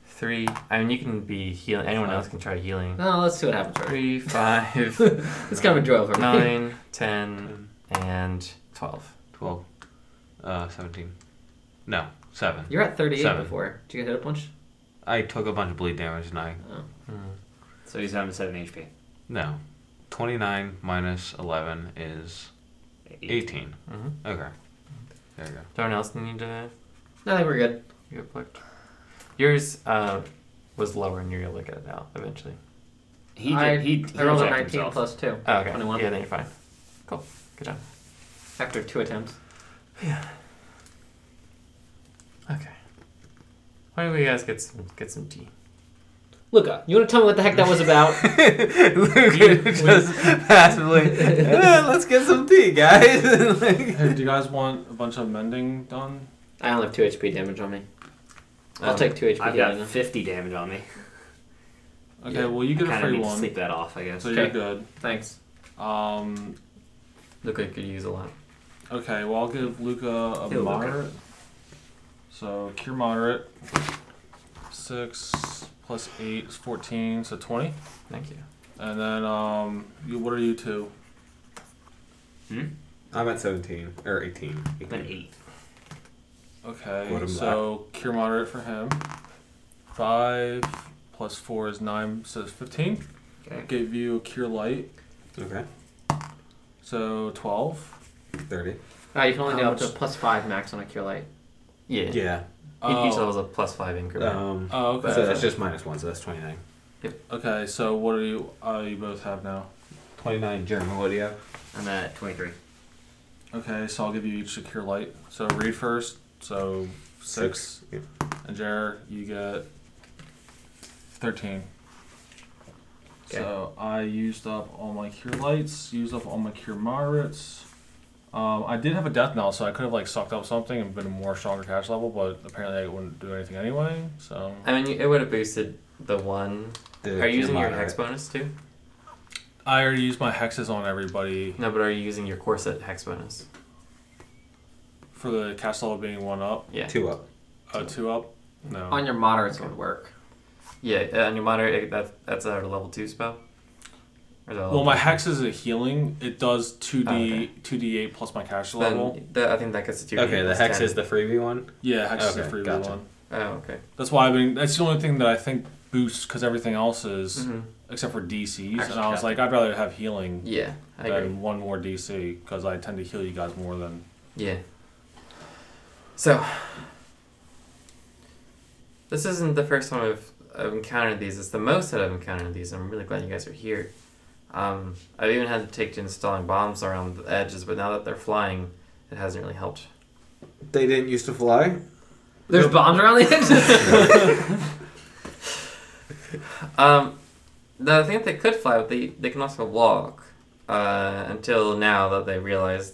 Speaker 5: Three. I mean, you can be healing. Anyone else can try healing.
Speaker 2: No, let's see what happens first.
Speaker 5: Three, five,
Speaker 2: it's kind of enjoyable for me.
Speaker 5: nine, ten,
Speaker 7: Um,
Speaker 5: and twelve.
Speaker 6: 12, uh, 17. No, 7.
Speaker 2: You're at 38
Speaker 6: Seven.
Speaker 2: before. Did you get hit a punch?
Speaker 6: I took a bunch of bleed damage and I.
Speaker 2: Oh.
Speaker 7: So he's down to seven HP.
Speaker 6: No. 29 minus 11 is
Speaker 7: Eight.
Speaker 6: 18.
Speaker 5: Mm-hmm.
Speaker 6: Okay. There you go.
Speaker 5: Darn else need to
Speaker 2: No, I think we're good.
Speaker 5: get plucked. Yours uh, was lower, and you're gonna look at it now eventually.
Speaker 7: He did,
Speaker 2: I,
Speaker 7: he,
Speaker 2: I rolled a
Speaker 7: heal-checked
Speaker 2: 19
Speaker 7: himself.
Speaker 2: plus 2.
Speaker 5: Oh, okay.
Speaker 2: 21.
Speaker 5: Yeah, then you're fine. Cool. Good job.
Speaker 2: After two attempts.
Speaker 5: Okay. Why don't we guys get some get some tea?
Speaker 2: Luca, you want to tell me what the heck that was about?
Speaker 6: Luca just passively. "Eh, let's get some tea, guys. Like-
Speaker 3: Hey, do you guys want a bunch of mending done?
Speaker 2: I only have 2 HP damage on me. I'll
Speaker 5: Um,
Speaker 2: take 2 HP
Speaker 7: I've
Speaker 2: healing.
Speaker 7: got 50 damage on me.
Speaker 3: Okay,
Speaker 2: Yeah,
Speaker 3: well you
Speaker 7: I
Speaker 3: get a
Speaker 7: kind of
Speaker 3: free
Speaker 7: need to
Speaker 3: one,
Speaker 7: sleep that off, I guess.
Speaker 3: so
Speaker 2: Okay.
Speaker 3: you're
Speaker 2: Thanks.
Speaker 3: good. Um,
Speaker 5: Look like you could use a lot.
Speaker 3: okay, well I'll give Luca a
Speaker 7: Hey, Luca.
Speaker 3: moderate. So cure moderate. Six plus eight is fourteen, so twenty.
Speaker 5: Thank you.
Speaker 3: And then um, you, what are you two?
Speaker 6: I'm at 17, or 18.
Speaker 7: I'm an eight.
Speaker 3: Okay,
Speaker 6: What am
Speaker 3: so cure moderate for him. Five plus four is nine, so it's fifteen.
Speaker 2: Okay.
Speaker 3: Give you a cure light,
Speaker 6: Okay.
Speaker 3: so twelve.
Speaker 6: 30.
Speaker 2: Uh, you can only
Speaker 3: How
Speaker 2: do up
Speaker 3: much-
Speaker 2: to plus 5 max on a cure light.
Speaker 5: Yeah.
Speaker 6: Yeah.
Speaker 5: He- Each
Speaker 3: Oh.
Speaker 5: level is a plus five increment.
Speaker 6: Um,
Speaker 3: Oh, okay.
Speaker 6: so that's just minus 1, so that's 29.
Speaker 3: Okay, so what do you uh, you both have now?
Speaker 6: 29, Jeremy, what do you have?
Speaker 7: I'm at 23.
Speaker 3: Okay, so I'll give you each a cure light. So read first. So six,
Speaker 6: Yeah.
Speaker 3: and Jer, you get thirteen. So I used up all my cure lights. Used up all my cure moderates. Um, I did have a death knell, so I could have like sucked up something and been a more stronger cash level, but apparently I wouldn't do anything anyway. So
Speaker 5: I mean, it would have boosted the one.
Speaker 6: The
Speaker 5: Are you using your
Speaker 6: Gemini.
Speaker 5: hex bonus too?
Speaker 3: I already used my hexes on everybody
Speaker 5: No, but are you using your corset hex bonus?
Speaker 3: for the castle being one up,
Speaker 5: Yeah.
Speaker 6: Two up.
Speaker 3: uh, two up. No.
Speaker 2: On your moderates would work.
Speaker 5: Yeah, uh, on your moderate, that, that's a level two spell. Or is that a
Speaker 3: well,
Speaker 5: level
Speaker 3: my
Speaker 5: three?
Speaker 3: hex is a healing. It does two
Speaker 5: Oh,
Speaker 3: d
Speaker 5: okay.
Speaker 3: two d eight plus my caster level.
Speaker 5: Then that, I think that gets to your
Speaker 6: Okay, the
Speaker 5: plus
Speaker 6: hex
Speaker 5: 10.
Speaker 6: is the freebie one.
Speaker 3: Yeah, hex is a
Speaker 6: Okay,
Speaker 3: free
Speaker 6: gotcha.
Speaker 3: one.
Speaker 5: Oh, okay.
Speaker 3: That's why I've been. That's the only thing that I think boosts because everything else is
Speaker 5: Mhm.
Speaker 3: except for DCs. and
Speaker 2: Actually,
Speaker 3: I was like, I'd rather have healing
Speaker 5: Yeah, I agree.
Speaker 3: than one more DC because I tend to heal you guys more than
Speaker 5: Yeah. So, this isn't the first time I've, I've encountered these. It's the most that I've encountered these. and I'm really glad you guys are here. Um, I've even had to take to installing bombs around the edges, but now that they're flying, it hasn't really helped.
Speaker 6: They didn't used to fly.
Speaker 2: There's bombs around the edges.
Speaker 5: Um, the thing that they could fly, but they, they can also walk. Uh, until now that they realize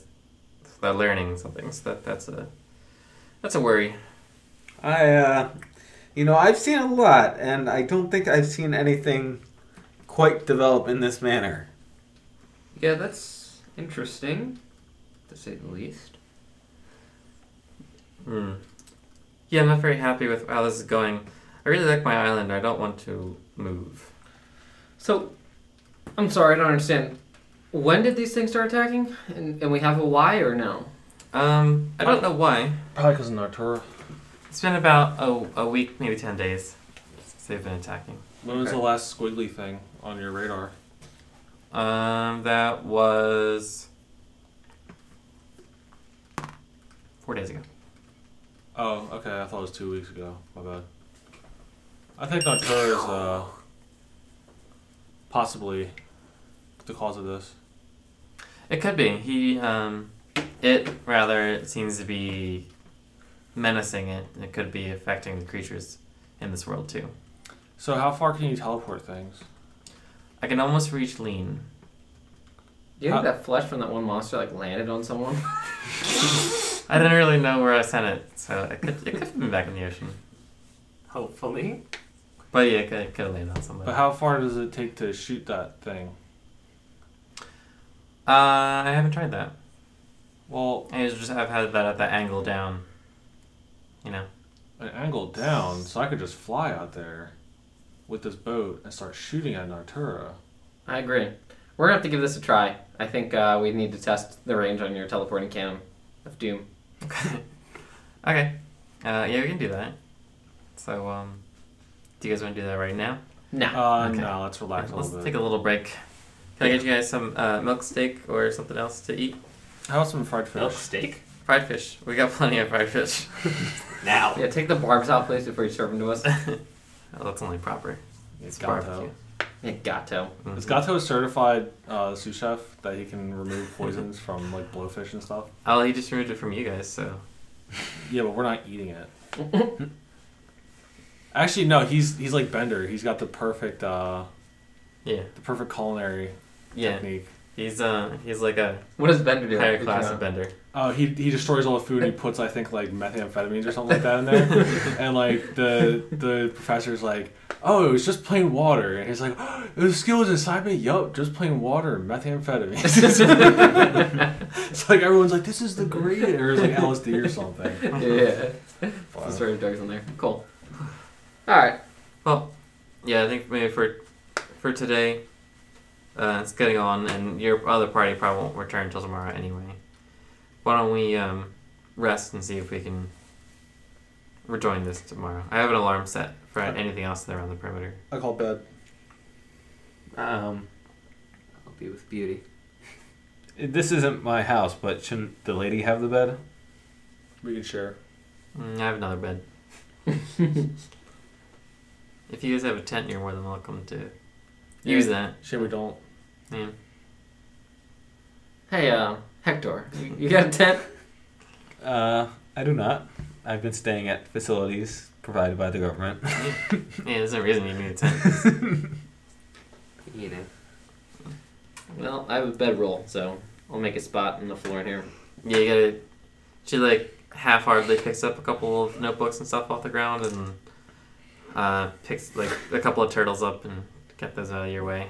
Speaker 5: they're learning something, so that, that's a that's a worry.
Speaker 6: I, uh, you know, I've seen a lot, and I don't think I've seen anything quite develop in this manner.
Speaker 2: yeah, that's interesting, to say the least.
Speaker 5: Hmm. Yeah, I'm not very happy with how this is going. I really like my island. I don't want to move.
Speaker 2: So, I'm sorry, I don't understand. When did these things start attacking? And, and we have a why or no?
Speaker 5: Um, I don't know why.
Speaker 3: probably because of Nartura.
Speaker 5: It's been about a, a week, maybe 10 days since they've been attacking.
Speaker 3: When was
Speaker 2: Okay.
Speaker 3: the last squiggly thing on your radar?
Speaker 5: Um, that was. Four days ago.
Speaker 3: Oh, okay. I thought it was two weeks ago. My bad. I think Nartura is uh, possibly the cause of this.
Speaker 5: It could be. He, um, it rather seems to be menacing it. It could be affecting the creatures in this world too.
Speaker 3: So, how far can you teleport things?
Speaker 5: I can almost reach lean.
Speaker 2: Do you think
Speaker 3: Huh?
Speaker 2: that flesh from that one monster like landed on someone?
Speaker 5: I didn't really know where I sent it, so it could, it could have been back in the ocean.
Speaker 7: Hopefully.
Speaker 5: But yeah, it could, it could have landed on somebody.
Speaker 3: But how far does it take to shoot that thing?
Speaker 5: Uh, I haven't tried that.
Speaker 3: Well,
Speaker 5: I just I've had that at the angle down. You know.
Speaker 3: an angle down, so I could just fly out there with this boat and start shooting at Nartura.
Speaker 2: I agree. We're gonna have to give this a try. I think uh, we need to test the range on your teleporting cannon of doom.
Speaker 5: Okay. okay. Uh, yeah, we can do that. So um, do you guys want to do that right now?
Speaker 2: Now,
Speaker 3: Uh,
Speaker 5: Okay.
Speaker 3: no, let's relax a
Speaker 5: Let's
Speaker 3: little bit.
Speaker 5: take a little break. Can I get you guys some uh, milk steak or something else to eat?
Speaker 3: How about some fried fish?
Speaker 7: Milk steak.
Speaker 5: Fried fish. We got plenty of fried fish.
Speaker 7: Now.
Speaker 2: yeah, take the barbs out, please, before you serve them to us.
Speaker 5: Oh, that's only proper.
Speaker 3: It's
Speaker 5: barbecue. Mm-hmm.
Speaker 3: Gato.
Speaker 2: yeah, gato.
Speaker 3: Is Gato a certified uh, sous chef that he can remove poisons from like blowfish and stuff?
Speaker 5: Oh, he just removed it from you guys, so
Speaker 3: Yeah, but we're not eating it. Actually, no. He's he's like Bender. He's got the perfect uh,
Speaker 5: yeah,
Speaker 3: the perfect culinary
Speaker 5: yeah.
Speaker 3: technique.
Speaker 5: He's uh, he's like a
Speaker 2: What does Bender do?
Speaker 5: higher
Speaker 2: Good
Speaker 5: class
Speaker 2: job.
Speaker 5: of bender.
Speaker 3: Oh, he he destroys all the food. and He puts I think like methamphetamines or something like that in there. and like the the professor's like, oh, it was just plain water. And he's like, oh, the skill was inside me. Yup, just plain water and methamphetamines. it's like everyone's like, this is the greatest. Or it's like LSD or something.
Speaker 2: yeah. Some sort of drugs in there. Cool. All right.
Speaker 5: Well, yeah, I think maybe for for today, uh, it's getting on, and your other party probably won't return until tomorrow anyway. Why don't we um, rest and see if we can rejoin this tomorrow? I have an alarm set for anything else that around the perimeter.
Speaker 3: I call bed.
Speaker 6: Um,
Speaker 4: I'll be with Beauty.
Speaker 6: this isn't my house, but shouldn't the lady have the bed?
Speaker 3: We can share.
Speaker 5: Mm, I have another bed. if you guys have a tent, you're more than welcome to use that.
Speaker 3: Shit, we don't.
Speaker 5: Yeah.
Speaker 2: Hey, uh, Hector, you, you got a tent?
Speaker 6: Uh, I do not. I've been staying at facilities provided by the government.
Speaker 5: yeah, there's no reason you need a tent.
Speaker 4: You know.
Speaker 2: Well, I have a bedroll, so I'll make a spot in the floor in here.
Speaker 5: Yeah, you gotta. She like half-heartedly picks up a couple of notebooks and stuff off the ground and uh, picks like a couple of turtles up and get those out of your way.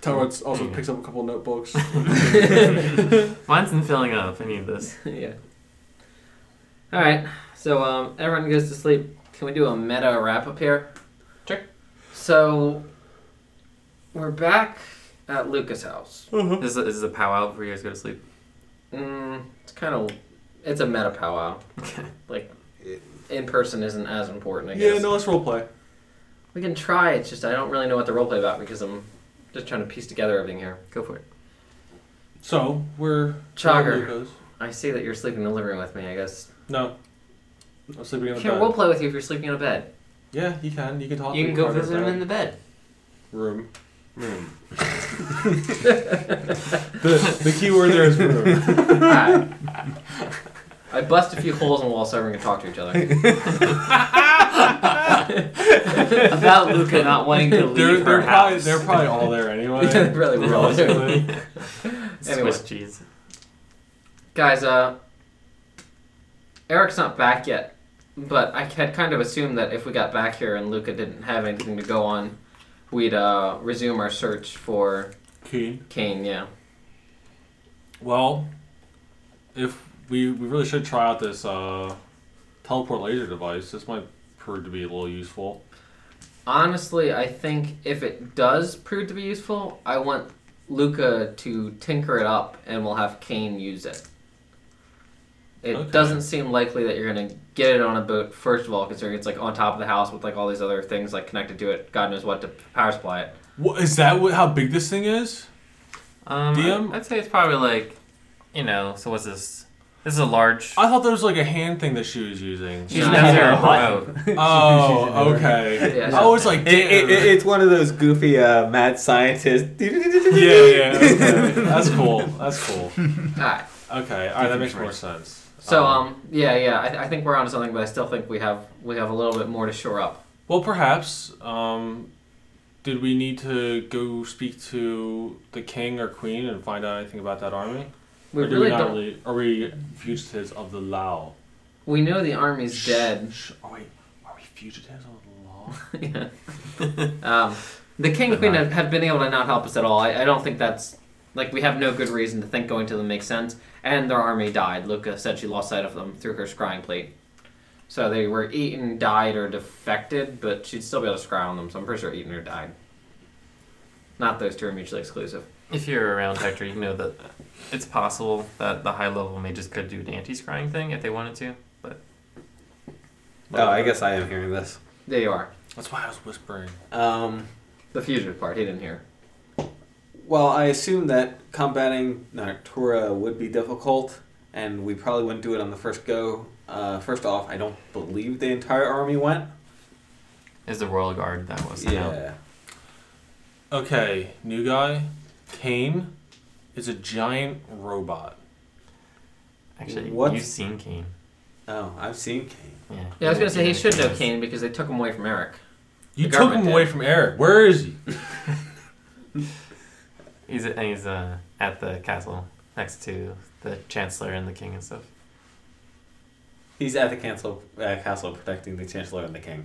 Speaker 3: Talrod also
Speaker 5: Yeah.
Speaker 3: picks up a couple notebooks.
Speaker 5: Mine's been filling up. I need this.
Speaker 2: yeah. All right. So um, everyone goes to sleep. Can we do a meta wrap up here?
Speaker 5: Sure.
Speaker 2: So we're back at Lucas' house.
Speaker 3: Uh-huh.
Speaker 5: This is, this is a powwow before you guys go to sleep.
Speaker 2: Mm, it's kind of it's a meta powwow.
Speaker 5: Okay.
Speaker 2: Like in person isn't as important. I guess.
Speaker 3: yeah, no, let's roleplay.
Speaker 2: We can try. It's just I don't really know what the roleplay about because I'm just trying to piece together everything here.
Speaker 5: Go for it.
Speaker 3: So we're
Speaker 2: Chogger.
Speaker 3: Lucas.
Speaker 2: I see that you're sleeping in the living room with me. I guess
Speaker 3: No, I'm sleeping in the
Speaker 2: can't
Speaker 3: bed.
Speaker 2: roleplay with you if you're sleeping in a bed.
Speaker 3: Yeah, you can. You can talk.
Speaker 7: You
Speaker 3: to
Speaker 7: can go
Speaker 3: Carter
Speaker 7: visit him
Speaker 3: about
Speaker 7: in the bed.
Speaker 3: room. Room. the the key word there is room.
Speaker 2: Hi. I bust a few holes in the wall so everyone can talk to each other.
Speaker 7: About Luca not wanting to leave
Speaker 3: They're,
Speaker 7: her
Speaker 3: they're
Speaker 7: house.
Speaker 3: probably they're probably all there anyway.
Speaker 2: really, we're all doing. Anyway.
Speaker 5: Swiss cheese.
Speaker 2: Guys, uh, Eric's not back yet, but I had kind of assumed that if we got back here and Luca didn't have anything to go on, we'd uh, resume our search for
Speaker 3: Keen.
Speaker 2: Kane. Yeah.
Speaker 3: Well, if we we really should try out this uh, teleport laser device, this might prove to be a little useful.
Speaker 2: Honestly, I think if it does prove to be useful, I want Luca to tinker it up and we'll have Kane use it. It
Speaker 3: Okay.
Speaker 2: doesn't seem likely that you're going to get it on a boat, first of all, considering it's like on top of the house with like all these other things like connected to it. God knows what to power supply it.
Speaker 3: What is that? What, how big this thing is?
Speaker 5: Um,
Speaker 3: DM?
Speaker 5: I'd say it's probably like, you know. So what's this? This is a large.
Speaker 3: I thought there was like a hand thing that she was using.
Speaker 5: She's
Speaker 2: No.
Speaker 5: never
Speaker 6: No.
Speaker 5: remote.
Speaker 3: Oh, okay.
Speaker 2: Yeah,
Speaker 3: I was like,
Speaker 6: It, it, it-
Speaker 3: damn.
Speaker 6: it's one of those goofy uh, mad scientist. yeah,
Speaker 3: Yeah, yeah. okay. That's cool. That's cool.
Speaker 2: Alright.
Speaker 3: Okay. All right, that makes more sense.
Speaker 2: So um yeah yeah I, I think we're onto something but I still think we have we have a little bit more to shore up.
Speaker 3: Well, perhaps. Um, did we need to go speak to the king or queen and find out anything about that army?
Speaker 2: We
Speaker 3: or do
Speaker 2: really
Speaker 3: we
Speaker 2: don't.
Speaker 3: Really, are we fugitives of the Lao?
Speaker 2: We know the army's dead.
Speaker 3: Shh, Are we? Are we fugitives of the Lao?
Speaker 2: Yeah. um, the king and queen have, have been able to not help us at all. I, I don't think that's like we have no good reason to think going to them makes sense. And their army died. Luca said she lost sight of them through her scrying plate. So they were eaten, died, or defected, but she'd still be able to scry on them. So I'm pretty sure eaten or died. Not those two are mutually exclusive.
Speaker 5: If you're around Hector, you know that it's possible that the high level mages could do an anti-scrying thing if they wanted to. But
Speaker 6: Oh, I guess I am hearing this.
Speaker 2: There you are.
Speaker 3: That's why I was whispering.
Speaker 6: Um,
Speaker 2: The fugitive part. He didn't hear.
Speaker 6: well, I assume that combating Nartura would be difficult, and we probably wouldn't do it on the first go. Uh, first off, I don't believe the entire army went.
Speaker 5: is the royal guard that was sent out.
Speaker 3: Okay, new guy. Kane is a giant robot.
Speaker 5: Actually,
Speaker 6: What?
Speaker 5: you've seen Kane.
Speaker 6: Oh, I've seen Kane.
Speaker 5: Yeah.
Speaker 2: Yeah, I was
Speaker 5: You
Speaker 2: gonna say he
Speaker 5: know
Speaker 2: should know
Speaker 5: is.
Speaker 2: Kane because they took him away from Eric.
Speaker 3: You
Speaker 2: The
Speaker 3: took him
Speaker 2: government
Speaker 3: away
Speaker 2: did.
Speaker 3: from Eric. Where is he?
Speaker 5: He's and he's uh, at the castle next to the chancellor and the king and stuff.
Speaker 6: He's at the castle, uh, castle protecting the chancellor and the king.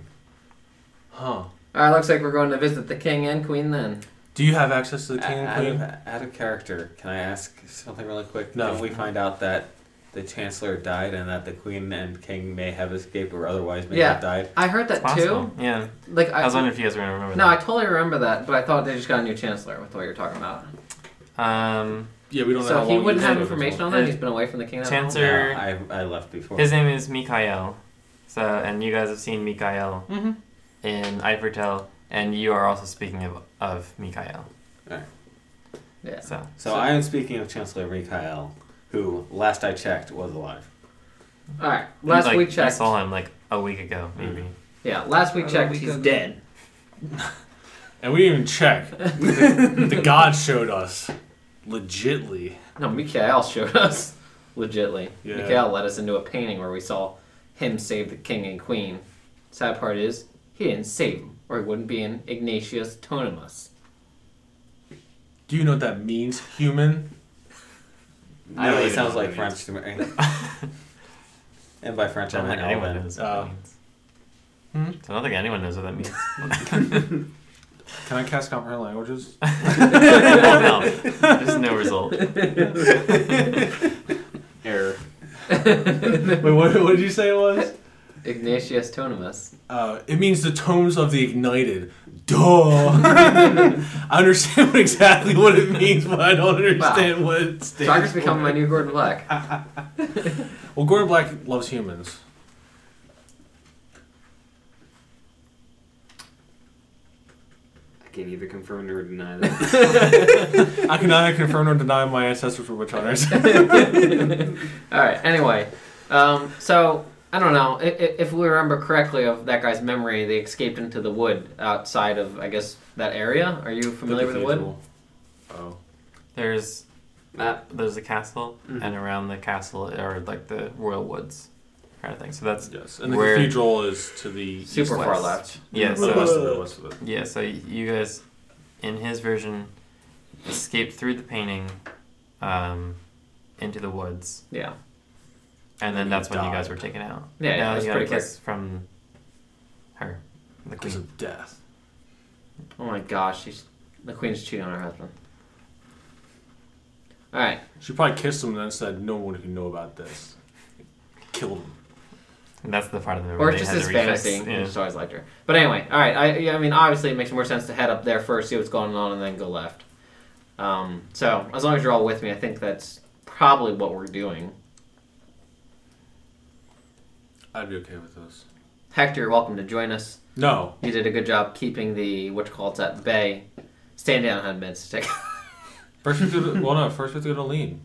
Speaker 3: Huh.
Speaker 2: All right, looks like we're going to visit the king and queen then.
Speaker 3: Do you have access to the king
Speaker 6: out,
Speaker 3: and
Speaker 6: of,
Speaker 3: queen?
Speaker 6: out of character, can I ask something really quick?
Speaker 3: No.
Speaker 6: Did we find out that the chancellor died and that the queen and king may have escaped or otherwise may
Speaker 2: Yeah.
Speaker 6: have died?
Speaker 2: I heard
Speaker 5: It's
Speaker 2: that too.
Speaker 5: possible. Yeah.
Speaker 2: Like
Speaker 5: I,
Speaker 2: I,
Speaker 5: was wondering if you guys were gonna remember
Speaker 2: no, I
Speaker 5: that.
Speaker 2: totally remember that, but I thought they just got a new chancellor with what you're talking about.
Speaker 5: Um,
Speaker 3: Yeah, we don't know.
Speaker 2: So
Speaker 3: how
Speaker 2: he
Speaker 3: long
Speaker 2: wouldn't
Speaker 3: he's
Speaker 2: have
Speaker 3: been with
Speaker 2: information
Speaker 3: us.
Speaker 2: on that.
Speaker 5: Uh,
Speaker 2: He's been away from the king. that long?
Speaker 6: No,
Speaker 5: chancellor.
Speaker 6: I, I left before.
Speaker 5: His name is Mikael. So, and you guys have seen Mikael
Speaker 2: Mhm.
Speaker 5: in Ivertel, and you are also speaking of of Mikael.
Speaker 6: Alright.
Speaker 2: Yeah.
Speaker 5: So,
Speaker 6: so I am speaking of Chancellor Mikhail, who last I checked was alive.
Speaker 2: All right. Last
Speaker 5: like,
Speaker 2: we
Speaker 5: I
Speaker 2: checked.
Speaker 5: saw him like a week ago, maybe.
Speaker 2: Yeah. Last we
Speaker 4: About a
Speaker 2: checked,
Speaker 4: week
Speaker 2: he's
Speaker 4: ago.
Speaker 2: dead.
Speaker 3: And we didn't even check. the, the god showed us. Legitly.
Speaker 2: No, Mikhail showed us. Legitly,
Speaker 3: Yeah.
Speaker 2: Mikhail led us into a painting where we saw him save the king and queen. Sad part is he didn't save him, or he wouldn't be in Ignatius Tonimus.
Speaker 3: Do you know what that means, human?
Speaker 6: No,
Speaker 5: don't
Speaker 6: he
Speaker 5: even
Speaker 6: sounds
Speaker 5: know
Speaker 6: like
Speaker 5: what
Speaker 6: French to me. and by French,
Speaker 5: I
Speaker 6: I
Speaker 5: don't
Speaker 6: mean
Speaker 5: think anyone
Speaker 6: Elvin.
Speaker 5: knows what that
Speaker 3: Oh.
Speaker 5: means.
Speaker 2: Hmm?
Speaker 5: So I don't think anyone knows what that means.
Speaker 3: Can I cast comprehend languages?
Speaker 5: no, there's no result.
Speaker 4: Error.
Speaker 3: Wait, what, what did you say it was?
Speaker 2: Ignatius Tonimus.
Speaker 3: Uh, it means the tones of the ignited. Duh. I understand what- exactly what it means, but I don't understand what it stands
Speaker 2: Chagger's
Speaker 3: for.
Speaker 2: become my new Gordon Black.
Speaker 3: Well, Gordon Black loves humans.
Speaker 4: I can either confirm or deny that.
Speaker 3: I can neither confirm nor deny my ancestors were witch hunters.
Speaker 2: All right. Anyway, um, so I don't know if, if we remember correctly of that guy's memory. They escaped into the wood outside of, I guess, that area. Are you familiar with the wood?
Speaker 3: cathedral. Oh.
Speaker 5: There's
Speaker 4: Map.
Speaker 5: there's a castle, and around the castle are like the royal woods, kind of thing. So that's
Speaker 3: Yes. And the
Speaker 5: Where-
Speaker 3: cathedral is to the
Speaker 2: Super
Speaker 3: east
Speaker 2: far
Speaker 3: west.
Speaker 2: left.
Speaker 5: yeah.
Speaker 3: Or
Speaker 5: So
Speaker 3: the west of it, west of it.
Speaker 5: Yeah, so you guys, in his version, escaped through the painting um, into the woods,
Speaker 2: Yeah.
Speaker 5: and then
Speaker 3: You
Speaker 5: that's when you
Speaker 3: died.
Speaker 5: guys were taken out.
Speaker 2: Yeah, yeah,
Speaker 5: Now
Speaker 2: that's
Speaker 5: you got a
Speaker 2: pretty quick.
Speaker 5: kiss from her, the
Speaker 3: Because
Speaker 5: queen.
Speaker 3: of death.
Speaker 2: Oh my gosh, she's, the queen's cheating on her husband. All right.
Speaker 3: She probably kissed him and then said, "No one can know about this." Killed him.
Speaker 5: And that's the part of the memory
Speaker 2: Or
Speaker 5: they
Speaker 2: just
Speaker 5: had to
Speaker 2: his
Speaker 5: refix.
Speaker 2: fantasy.
Speaker 5: Yeah.
Speaker 2: I just always liked her. But anyway, all right. I, yeah, I mean, obviously, it makes more sense to head up there first, see what's going on, and then go left. Um, so, as long as you're all with me, I think that's probably what we're doing.
Speaker 3: I'd be okay with this.
Speaker 2: Hector, you're welcome to join us.
Speaker 3: No.
Speaker 2: You did a good job keeping the what you call it at bay. Stand down, hun, men. Stick.
Speaker 3: First we have to go to, well no, first we have to go to Lean.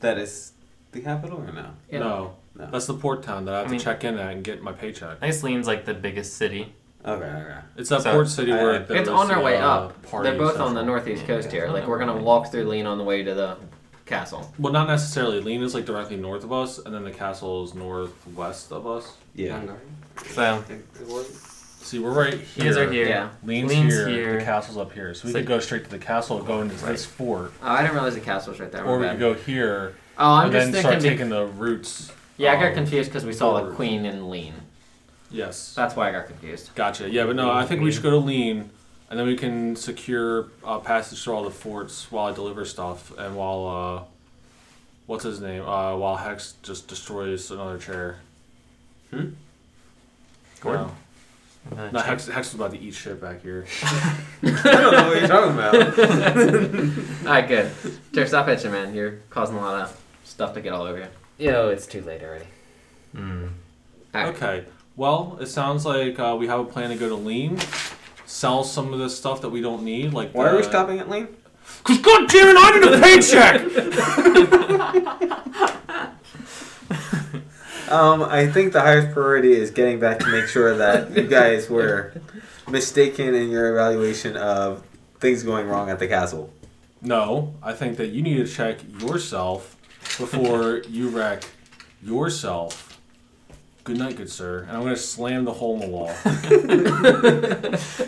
Speaker 6: That is the capital or no?
Speaker 2: Yeah.
Speaker 3: No.
Speaker 6: No.
Speaker 3: That's the port town that I have
Speaker 5: I
Speaker 3: to
Speaker 5: mean-
Speaker 3: check in at and get my paycheck.
Speaker 5: I guess Lean's like the biggest city.
Speaker 6: Okay, okay.
Speaker 3: It's that
Speaker 5: So-
Speaker 3: port city where
Speaker 6: I-
Speaker 3: there
Speaker 2: It's
Speaker 3: was
Speaker 2: on our
Speaker 3: the,
Speaker 2: way
Speaker 3: uh,
Speaker 2: up.
Speaker 3: party
Speaker 2: They're both
Speaker 3: central.
Speaker 2: on the northeast
Speaker 5: Yeah,
Speaker 2: coast
Speaker 5: it's
Speaker 2: here.
Speaker 5: on
Speaker 2: Like
Speaker 5: our
Speaker 2: we're gonna
Speaker 5: way.
Speaker 2: walk through Lean on the way to the castle.
Speaker 3: Well, not necessarily. Lean is like directly north of us, and then the castle is northwest of us.
Speaker 6: Yeah.
Speaker 5: So
Speaker 3: See, we're right
Speaker 5: you
Speaker 3: here.
Speaker 5: guys are here.
Speaker 2: Yeah.
Speaker 3: Lean's,
Speaker 5: Lean's
Speaker 3: here,
Speaker 5: here.
Speaker 3: The castle's up here, so we
Speaker 5: So-
Speaker 3: could go straight to the castle, go into
Speaker 5: Right.
Speaker 3: this fort,
Speaker 2: Oh, I didn't realize the castle was right there. my
Speaker 3: or we
Speaker 2: bad.
Speaker 3: could go here
Speaker 2: oh, I'm
Speaker 3: and
Speaker 2: just
Speaker 3: then
Speaker 2: thinking.
Speaker 3: start
Speaker 2: be-
Speaker 3: taking the routes.
Speaker 2: yeah, I got
Speaker 3: um,
Speaker 2: confused because we saw the
Speaker 3: forward.
Speaker 2: queen and Lean.
Speaker 3: Yes.
Speaker 2: That's why I got confused.
Speaker 3: Gotcha. Yeah, but no, I think we should go to Lean, and then we can secure uh, passage through all the forts while I deliver stuff, and while uh, what's his name? Uh, while Hex just destroys another chair.
Speaker 5: Gordon? Uh,
Speaker 3: No, no Hex, Hex was about to eat shit back here.
Speaker 6: I don't know what you're talking about.
Speaker 2: All right, good. Jerry, stop itching, man. You're causing a lot of stuff to get all over you.
Speaker 4: Yo, it's too late already.
Speaker 5: Hmm.
Speaker 2: All right.
Speaker 3: Okay. Well, it sounds like uh, we have a plan to go to Lean, sell some of the stuff that we don't need. Like
Speaker 6: Why are we
Speaker 3: the-
Speaker 6: stopping at Lane?
Speaker 3: Uh, Cause God damn it, I need a paycheck.
Speaker 6: Um, I think the highest priority is getting back to make sure that you guys were mistaken in your evaluation of things going wrong at the castle.
Speaker 3: no, I think that you need to check yourself before you wreck yourself. Good night, good sir. And I'm gonna slam the hole in the wall.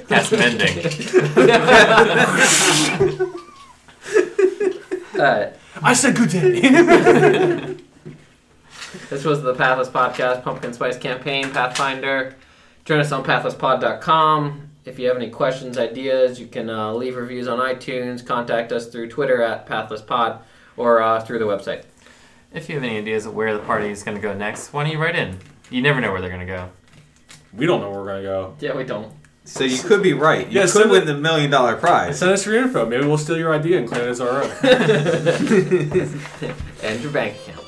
Speaker 5: Cast mending.
Speaker 2: Uh,
Speaker 3: I said good day.
Speaker 2: This was the Pathless Podcast Pumpkin Spice Campaign Pathfinder. Join us on pathlesspod.com. If you have any questions, ideas, you can uh, leave reviews on iTunes, contact us through Twitter at pathlesspod, or uh, through the website.
Speaker 5: if you have any ideas of where the party is going to go next, why don't you write in? You never know where they're going to go.
Speaker 3: we don't know where we're gonna go.
Speaker 2: Yeah, we don't.
Speaker 6: So you could be right. You
Speaker 3: Yeah,
Speaker 6: could
Speaker 3: so
Speaker 6: win the million dollar prize.
Speaker 3: Send us your info. Maybe we'll steal your idea and claim it as our own.
Speaker 2: And your bank account.